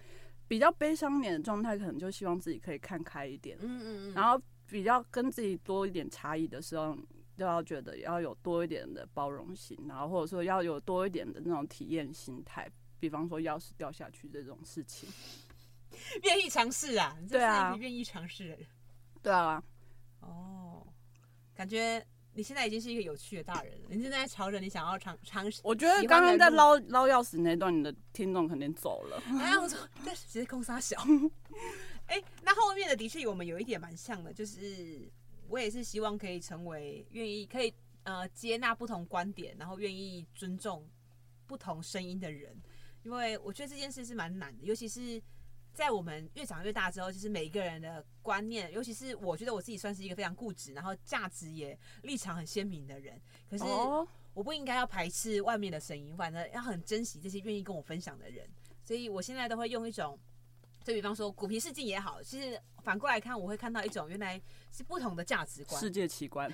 A: 比较悲伤一点的状态，可能就希望自己可以看开一点，
C: 嗯嗯嗯，
A: 然后比较跟自己多一点差异的时候。就要觉得要有多一点的包容心，然后或者说要有多一点的那种体验心态，比方说钥匙掉下去这种事情。
C: 愿意尝试啊，你真
A: 对啊
C: 是一个愿意尝试的人。
A: 对啊，
C: 哦，感觉你现在已经是一个有趣的大人了，你正在朝着你想要尝尝试。
A: 我觉得
C: 喜欢的
A: 刚刚在
C: 路
A: 捞捞钥匙那段，你的听众肯定走了。
C: 哎呀，我说这直接空杀小。 (laughs) 哎、那后面的的确我们有一点蛮像的，就是我也是希望可以成为愿意可以呃接纳不同观点，然后愿意尊重不同声音的人，因为我觉得这件事是蛮难的，尤其是。在我们越长越大之后，就是每一个人的观念，尤其是我觉得我自己算是一个非常固执，然后价值也立场很鲜明的人。可是
A: 哦，
C: 我不应该要排斥外面的声音，反正要很珍惜这些愿意跟我分享的人。所以我现在都会用一种，就比方说骨皮试镜也好，其实反过来看，我会看到一种原来是不同的价值观。
A: 世界奇
C: (laughs)
A: 观，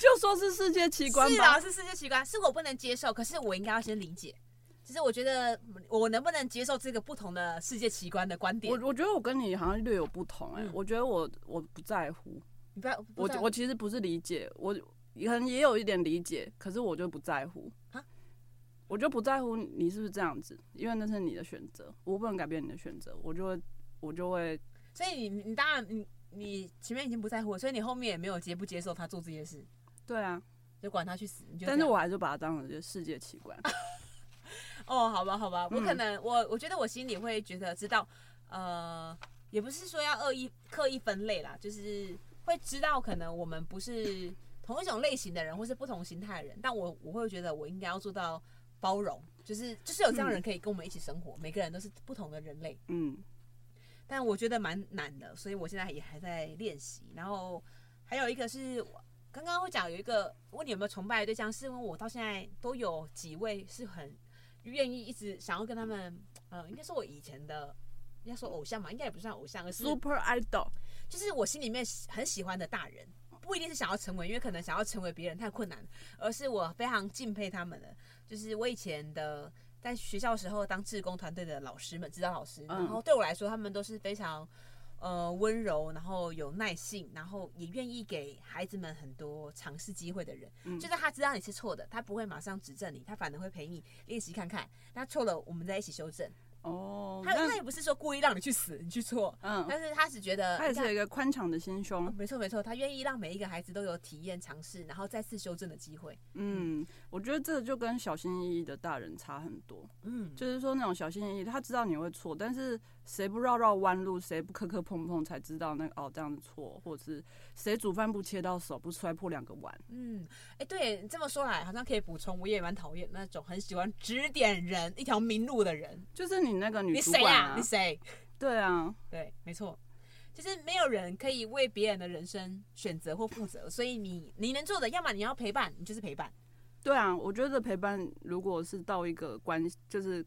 A: 就说是世界奇观
C: 是
A: 吧。
C: 啊，是世界奇观，是我不能接受，可是我应该要先理解。其实我觉得我能不能接受这个不同的世界奇观的观点
A: 我，我觉得我跟你好像略有不同哎、
C: 嗯
A: 我觉得我我不在乎，
C: 你不要，不
A: 我
C: 知道
A: 我其实不是理解，我可能也有一点理解，可是我就不在乎
C: 啊
A: 我就不在乎你是不是这样子，因为那是你的选择，我不能改变你的选择，我就会我就会
C: 所以你你当然你你前面已经不在乎了，所以你后面也没有接不接受他做这件事，
A: 对啊，
C: 就管他去死。你就这
A: 但
C: 样
A: 是我还是把它当成就是世界奇观。
C: 啊哦，好吧，好吧，我
A: 嗯
C: 可能、我我觉得我心里会觉得知道，呃，也不是说要恶意刻意分类啦，就是会知道可能我们不是同一种类型的人，或是不同形态的人，但我我会觉得我应该要做到包容，就是就是有这样的人可以跟我们一起生活，每个人都是不同的人类，
A: 嗯，
C: 但我觉得蛮难的，所以我现在也还在练习。然后还有一个是我刚刚会讲有一个问你有没有崇拜的对象，是因为我到现在都有几位是很愿意一直想要跟他们，呃，应该说我以前的。应该说偶像嘛，应该也不算偶像，而是
A: Super Idol，
C: 就是我心里面很喜欢的大人，不一定是想要成为，因为可能想要成为别人太困难，而是我非常敬佩他们的。就是我以前的在学校的时候当志工团队的老师们，指导老师，
A: 嗯
C: 然后对我来说，他们都是非常呃温柔，然后有耐性，然后也愿意给孩子们很多尝试机会的人。
A: 嗯
C: 就是他知道你是错的，他不会马上指正你，他反而会陪你练习看看，那错了我们再一起修正。
A: 哦，
C: 他他
A: 那
C: 也不是说故意让你去死，你去错。
A: 嗯，
C: 但是他只觉得
A: 他也
C: 你看
A: 是有一个宽敞的心胸。
C: 没错没错，他愿意让每一个孩子都有体验、尝试，然后再次修正的机会。
A: 嗯，我觉得这就跟小心翼翼的大人差很多。
C: 嗯，
A: 就是说那种小心翼翼，他知道你会错，但是谁不绕绕弯路，谁不磕磕碰碰才知道那个哦这样子错，或者是谁煮饭不切到手，不摔破两个碗。
C: 嗯，哎、对，这么说来好像可以补充，我也蛮讨厌那种很喜欢指点人一条明路的人。
A: 就是你那个女
C: 你
A: 主
C: 谁
A: 管
C: 啊？你谁？
A: 对啊，
C: 对，没错，就是没有人可以为别人的人生选择或负责，所以你你能做的，要么你要陪伴，你就是陪伴。
A: 对啊，我觉得陪伴如果是到一个关就是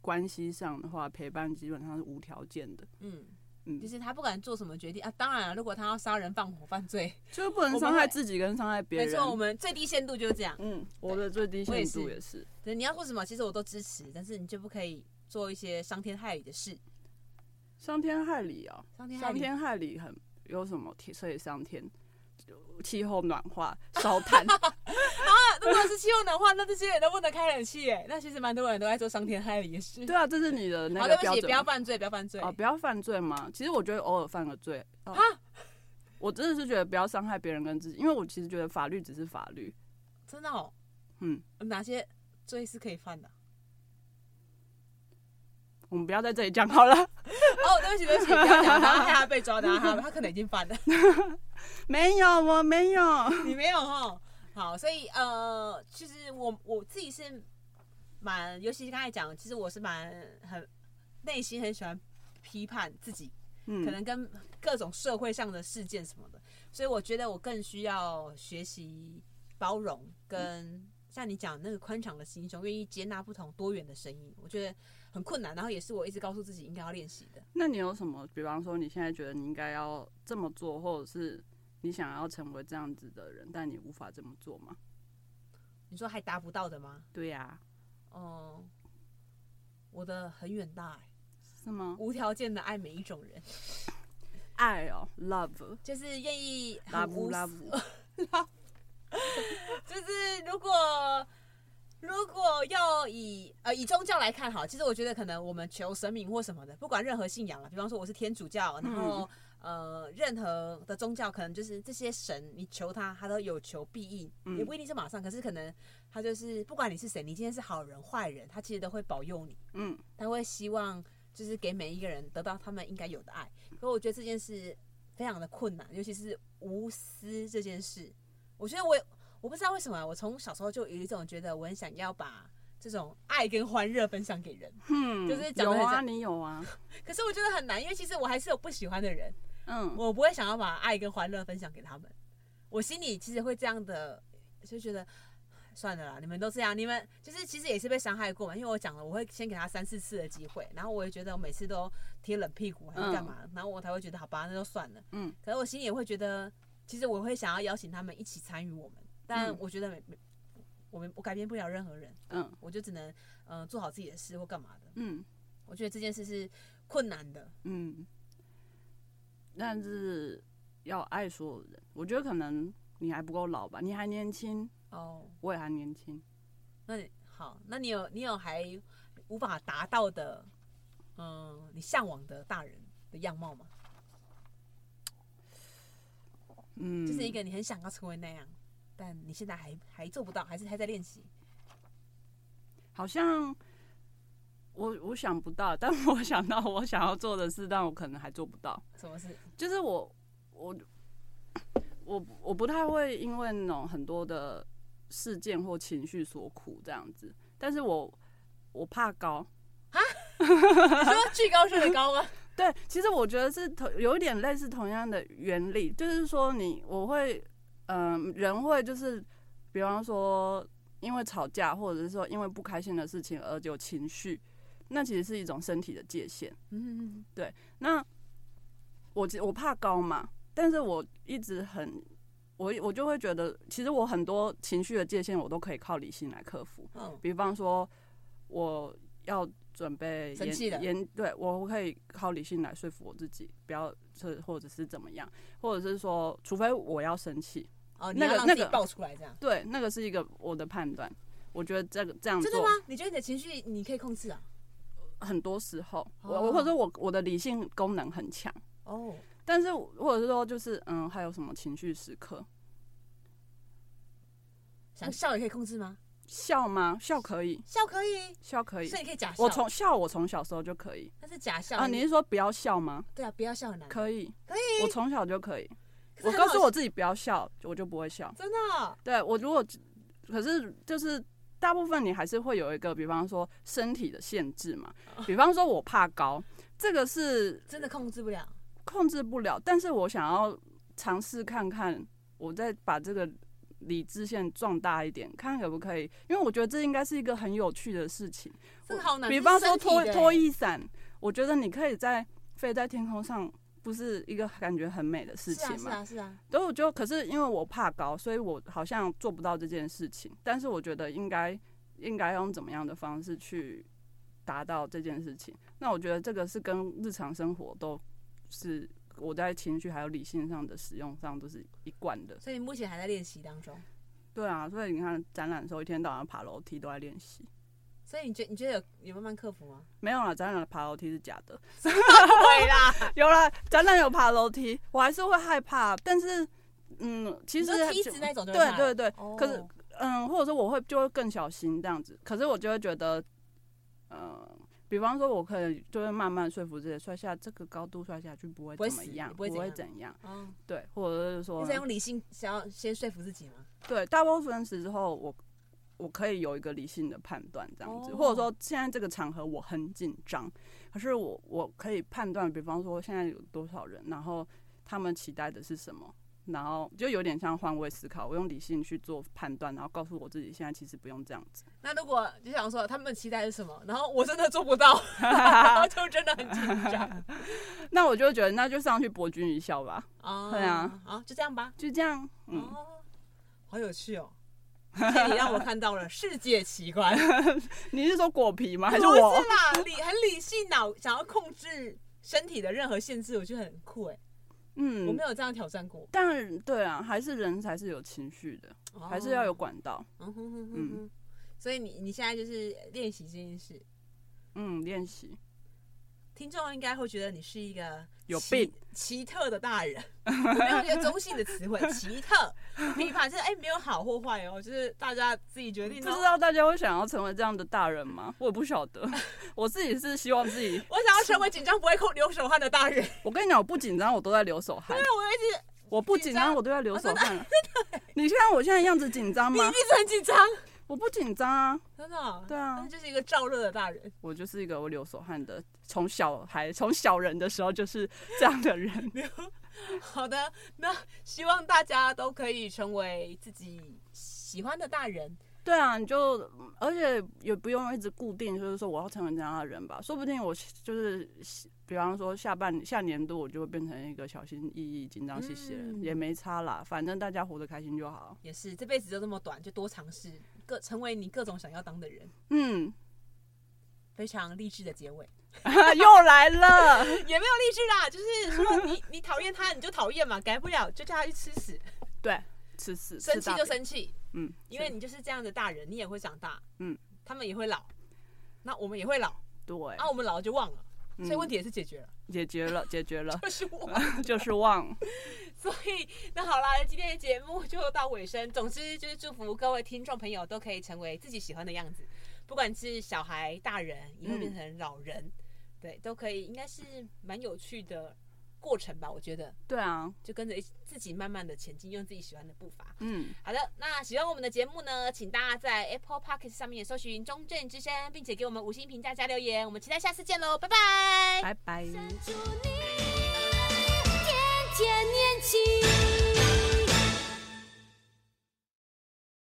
A: 关系上的话，陪伴基本上是无条件的，
C: 嗯。
A: 嗯
C: 就是他不管做什么决定啊，当然、啊，如果他要杀人放火犯罪，
A: 就是不能
C: 我们
A: 伤害
C: 会
A: 自己跟伤害别
C: 没
A: 人。
C: 错，我们最低限度就是这样。
A: 嗯，我的最低
C: 我也
A: 限度
C: 是
A: 也是。
C: 对，你要做什么，其实我都支持，但是你就不可以做一些伤天害理的事。
A: 伤天害理啊、
C: 伤天害
A: 伤
C: 理，
A: 天害理很有什么？所以伤天，气候暖化、
C: (laughs)
A: 烧炭，
C: 那如果是气候暖化，那这些人都不能开冷气耶。那其实蛮多人都在做伤天害理的事。
A: 对啊，这是你的那
C: 好，
A: 个
C: 对不
A: 标
C: 起，不
A: 准
C: 要
A: 吗。
C: 犯罪，不要犯罪。
A: 哦，不要犯罪嘛。其实我觉得偶尔犯个罪，哦、我真的是觉得不要伤害别人跟自己，因为我其实觉得法律只是法律。
C: 真的哦，
A: 嗯，
C: 哪些罪是可以犯的？
A: 我们不要在这里
C: (laughs)
A: 讲好了。
C: 哦，对不起，对不起，不要讲，然后害他被抓，然后他他可能已经犯了。
A: 没有，我没有。 (laughs)
C: (laughs) 你没有哦。好，所以呃，其实我我自己是蛮，尤其是刚才讲，其实我是蛮很内心很喜欢批判自己，
A: 嗯，
C: 可能跟各种社会上的事件什么的，所以我觉得我更需要学习包容跟。像你讲那个宽敞的心胸，愿意接纳不同多元的声音，我觉得很困难，然后也是我一直告诉自己应该要练习的。
A: 那你有什么？比方说，你现在觉得你应该要这么做，或者是你想要成为这样子的人，但你无法这么做吗？
C: 你说还达不到的吗？
A: 对呀、
C: 哦、我的很远大、欸，
A: 是吗？
C: 无条件的爱每一种人，
A: 爱哦，love，
C: 就是愿意
A: 拉
C: 很
A: 布
C: 无私
A: 拉布，
C: 就是如果如果要以呃以宗教来看好，其实我觉得可能我们求神明或什么的，不管任何信仰了，比方说我是天主教，然
A: 嗯
C: 后、呃任何的宗教，可能就是这些神，你求他，他都有求必应，
A: 嗯
C: 也不一定是马上，可是可能他就是不管你是谁，你今天是好人坏人，他其实都会保佑你。
A: 嗯，
C: 他会希望就是给每一个人得到他们应该有的爱。可我觉得这件事非常的困难，尤其是无私这件事。我觉得我我不知道为什么，我从小时候就有一种觉得我很想要把这种爱跟欢乐分享给人，
A: 哼，
C: 就是讲
A: 有
C: 得很
A: 啊，
C: 像
A: 你有啊，
C: 可是我觉得很难，因为其实我还是有不喜欢的人，
A: 嗯，
C: 我不会想要把爱跟欢乐分享给他们。我心里其实会这样的，就觉得算了啦，你们都这样，你们就是其实也是被伤害过嘛。因为我讲了，我会先给他三四次的机会，然后我也觉得我每次都贴冷屁股还是干嘛，然后我才会觉得好吧，那就算了。
A: 嗯，
C: 可是我心里也会觉得，其实我会想要邀请他们一起参与我们，但
A: 嗯
C: 我觉得没没，我们我改变不了任何人，
A: 嗯，
C: 我就只能嗯、呃做好自己的事或干嘛的。
A: 嗯，
C: 我觉得这件事是困难的，
A: 嗯，但是要爱所有人，我觉得可能你还不够老吧，你还年轻，
C: 哦。
A: 我也还年轻。
C: 那你好，那你有你有还无法达到的，嗯，你向往的大人的样貌吗？
A: 嗯，
C: 就是一个你很想要成为那样，但你现在还还做不到，还是还在练习。
A: 好像我我想不到，但我想到我想要做的事，但我可能还做不到。
C: 什么事？ (laughs)
A: 就是我我我我不太会因为那种很多的事件或情绪所苦这样子，但是我我怕高。
C: 你说巨高是的
A: (laughs)
C: 高吗？
A: 对，其实我觉得是同有一点类似同样的原理，就是说你我会，嗯、人会就是，比方说因为吵架或者是说因为不开心的事情而有情绪，那其实是一种身体的界限。
C: 嗯，
A: 那我其我怕高嘛，但是我一直很，我我就会觉得，其实我很多情绪的界限我都可以靠理性来克服。
C: 嗯，
A: 比方说，我要准备
C: 生气了
A: 言言，对我可以靠理性来说服我自己，不要是或者是怎么样，或者是说，除非我要生气，
C: 哦，你
A: 嗯那
C: 要
A: 个
C: 让自己
A: 那个
C: 爆出来这样。
A: 对，那个是一个我的判断。我觉得这个这样
C: 真的
A: 做
C: 吗？你觉得你的情绪你可以控制啊？
A: 很多时候，我
C: 哦
A: 我或者说我我的理性功能很强。
C: 哦，
A: 但是我或者是说，就是嗯，还有什么情绪时刻？
C: 想笑也可以控制吗？
A: 笑吗？笑可以，
C: 笑可以，
A: 笑可以
C: 所。以你可以假笑。
A: 我从笑，我从小时候就可以
C: 那是假笑
A: 啊。你是说不要笑吗？
C: 对啊，不要笑很难。
A: 可以，
C: 可
A: 以。我从小就可以。
C: 可
A: 我
C: 是
A: 告
C: 很好
A: 诉我自己不要笑，我就不会笑。
C: 真的哦
A: 对我如果可是就是大部分你还是会有一个，比方说身体的限制嘛。
C: 哦
A: 比方说我怕高，这个是
C: 真的控制不了。
A: 控制不了，但是我想要尝试看看，我再把这个理智线壮大一点，看可不可以，因为我觉得这应该是一个很有趣的事情。
C: 这个好难。
A: 比方
C: 这
A: 说
C: 是身体
A: 拖
C: 的
A: 拖
C: 欸
A: 衣伞，我觉得你可以在飞在天空上，不是一个感觉很美的事情
C: 是
A: 嘛？
C: 啊，是啊，是啊。
A: 所以我就可是因为我怕高，所以我好像做不到这件事情。但是我觉得应该应该用怎么样的方式去达到这件事情？那我觉得这个是跟日常生活都是我在情绪还有理性上的使用上都是一贯的。
C: 所以目前还在练习当中。
A: 对啊，所以你看展览的时候一天到晚爬楼梯都在练习。
C: 所以你觉你觉得有有慢慢克
A: (laughs)
C: 服吗？
A: 没有啦，展览的爬楼梯是假的。
C: 对啦，
A: 有啦，展览有爬楼梯，我还是会害怕，但是嗯，其实
C: 你说梯子那种就会
A: 对
C: 怕
A: 对对，
C: 哦
A: 可是嗯，或者说我会就会更小心这样子，可是我就会觉得，嗯、比方说，我可能就会慢慢说服自己，摔下这个高度摔下去不会
C: 不会
A: 怎么
C: 死
A: 样，
C: 不会怎样
A: 怎样，
C: 嗯，
A: 对，或者是说
C: 你在用理性想要先说服自己吗？
A: 对，大部分时候我我可以有一个理性的判断，这样子，
C: 哦
A: 或者说现在这个场合我很紧张，可是我我可以判断，比方说现在有多少人，然后他们期待的是什么，然后就有点像换位思考，我用理性去做判断，然后告诉我自己现在其实不用这样子。
C: 那如果就想说他们的期待是什么，然后我真的做
A: (laughs)
C: 不到，然后就真的很紧张。
A: 那我就觉得那就上去博君一笑吧，
C: 啊
A: 对啊，
C: 好，就这样吧。
A: 就这样，嗯，
C: 哦，好有趣哦。谢谢你让我看到了世界奇观，
A: 你是说果皮 (laughs) 吗？还是
C: 不
A: 我？
C: 是啦，理很理性脑想要控制身体的任何限制，我觉得很酷哎，我
A: 嗯
C: 没，有这样挑战过，
A: 但对啊，还是人才是有情绪的，还是要有管道。
C: 哦嗯哼哼哼
A: 嗯
C: 哼，所以你你现在就是练习这件事，
A: 嗯，练习。
C: 听众应该会觉得你是一个
A: 有
C: 奇
A: 病、
C: 奇特的大人。 (laughs) 我没有一个中性的词汇，奇特、批判，就是哎、没有好或坏哦，就是大家自己决定
A: 不知
C: 哦。
A: 道大家会想要成为这样的大人吗？我也不晓
C: (laughs)
A: 得，我自己是希望自己。
C: 我想要成为紧张不会流流手汗的大人， (laughs)
A: 我跟你讲，我不紧张，我都在流手汗
C: 但。我一直
A: 我不紧
C: 紧
A: 张，
C: 张啊
A: 我都在流手汗了。你看我现在样子紧张
C: 你
A: 吗？
C: 一直很紧张，
A: 我不紧张啊，
C: 真的哦、
A: 对啊
C: 但是就是一个燥热的大人。
A: 我就是一个我流手汗的，从小孩从小人的时候就是这样的人。
C: 好的，那希望大家都可以成为自己喜欢的大人。
A: 对啊，你就而且也不用一直固定，就是说我要成为这样的人吧。说不定我就是，比方说下半下年度我就会变成一个小心翼翼、紧张兮兮的人，
C: 嗯
A: 也没差啦。反正大家活得开心就好。
C: 也是这辈子就这么短，就多尝试各成为你各种想要当的人。
A: 嗯， (laughs)
C: 非常励志的结尾。 (laughs)
A: 又来了。
C: 也没有励志啦，就是说你你讨厌他你就讨厌嘛，改不了就叫他去吃屎，
A: 对，吃屎，
C: 生
A: 吃
C: 气
A: 大
C: 就
A: 便，
C: 生气，
A: 嗯，
C: 因为
A: 是
C: 你就是这样的大人，你也会长大，
A: 嗯，
C: 他们也会老，那我们也会老，
A: 对，
C: 啊，我们老了就忘了，
A: 嗯
C: 所以问题也是解决了，，
A: 解决了，解决了 (laughs)
C: 就是我。
A: 就是忘。
C: (laughs) 所以那好啦，今天的节目就到尾声。总之就是祝福各位听众朋友都可以成为自己喜欢的样子，不管是小孩、大人，以后
A: 嗯
C: 变成老人，对，都可以，应该是蛮有趣的过程吧，我觉得。
A: 对啊，
C: 就跟着一起自己慢慢的前进，用自己喜欢的步伐。
A: 嗯，
C: 好的，那喜欢我们的节目呢，请大家在 Apple p o c k e t 上面搜寻“中正之声”，并且给我们五星评价加留言。我们期待下次见喽，拜拜。
A: 拜拜。
B: 祝你天天年轻。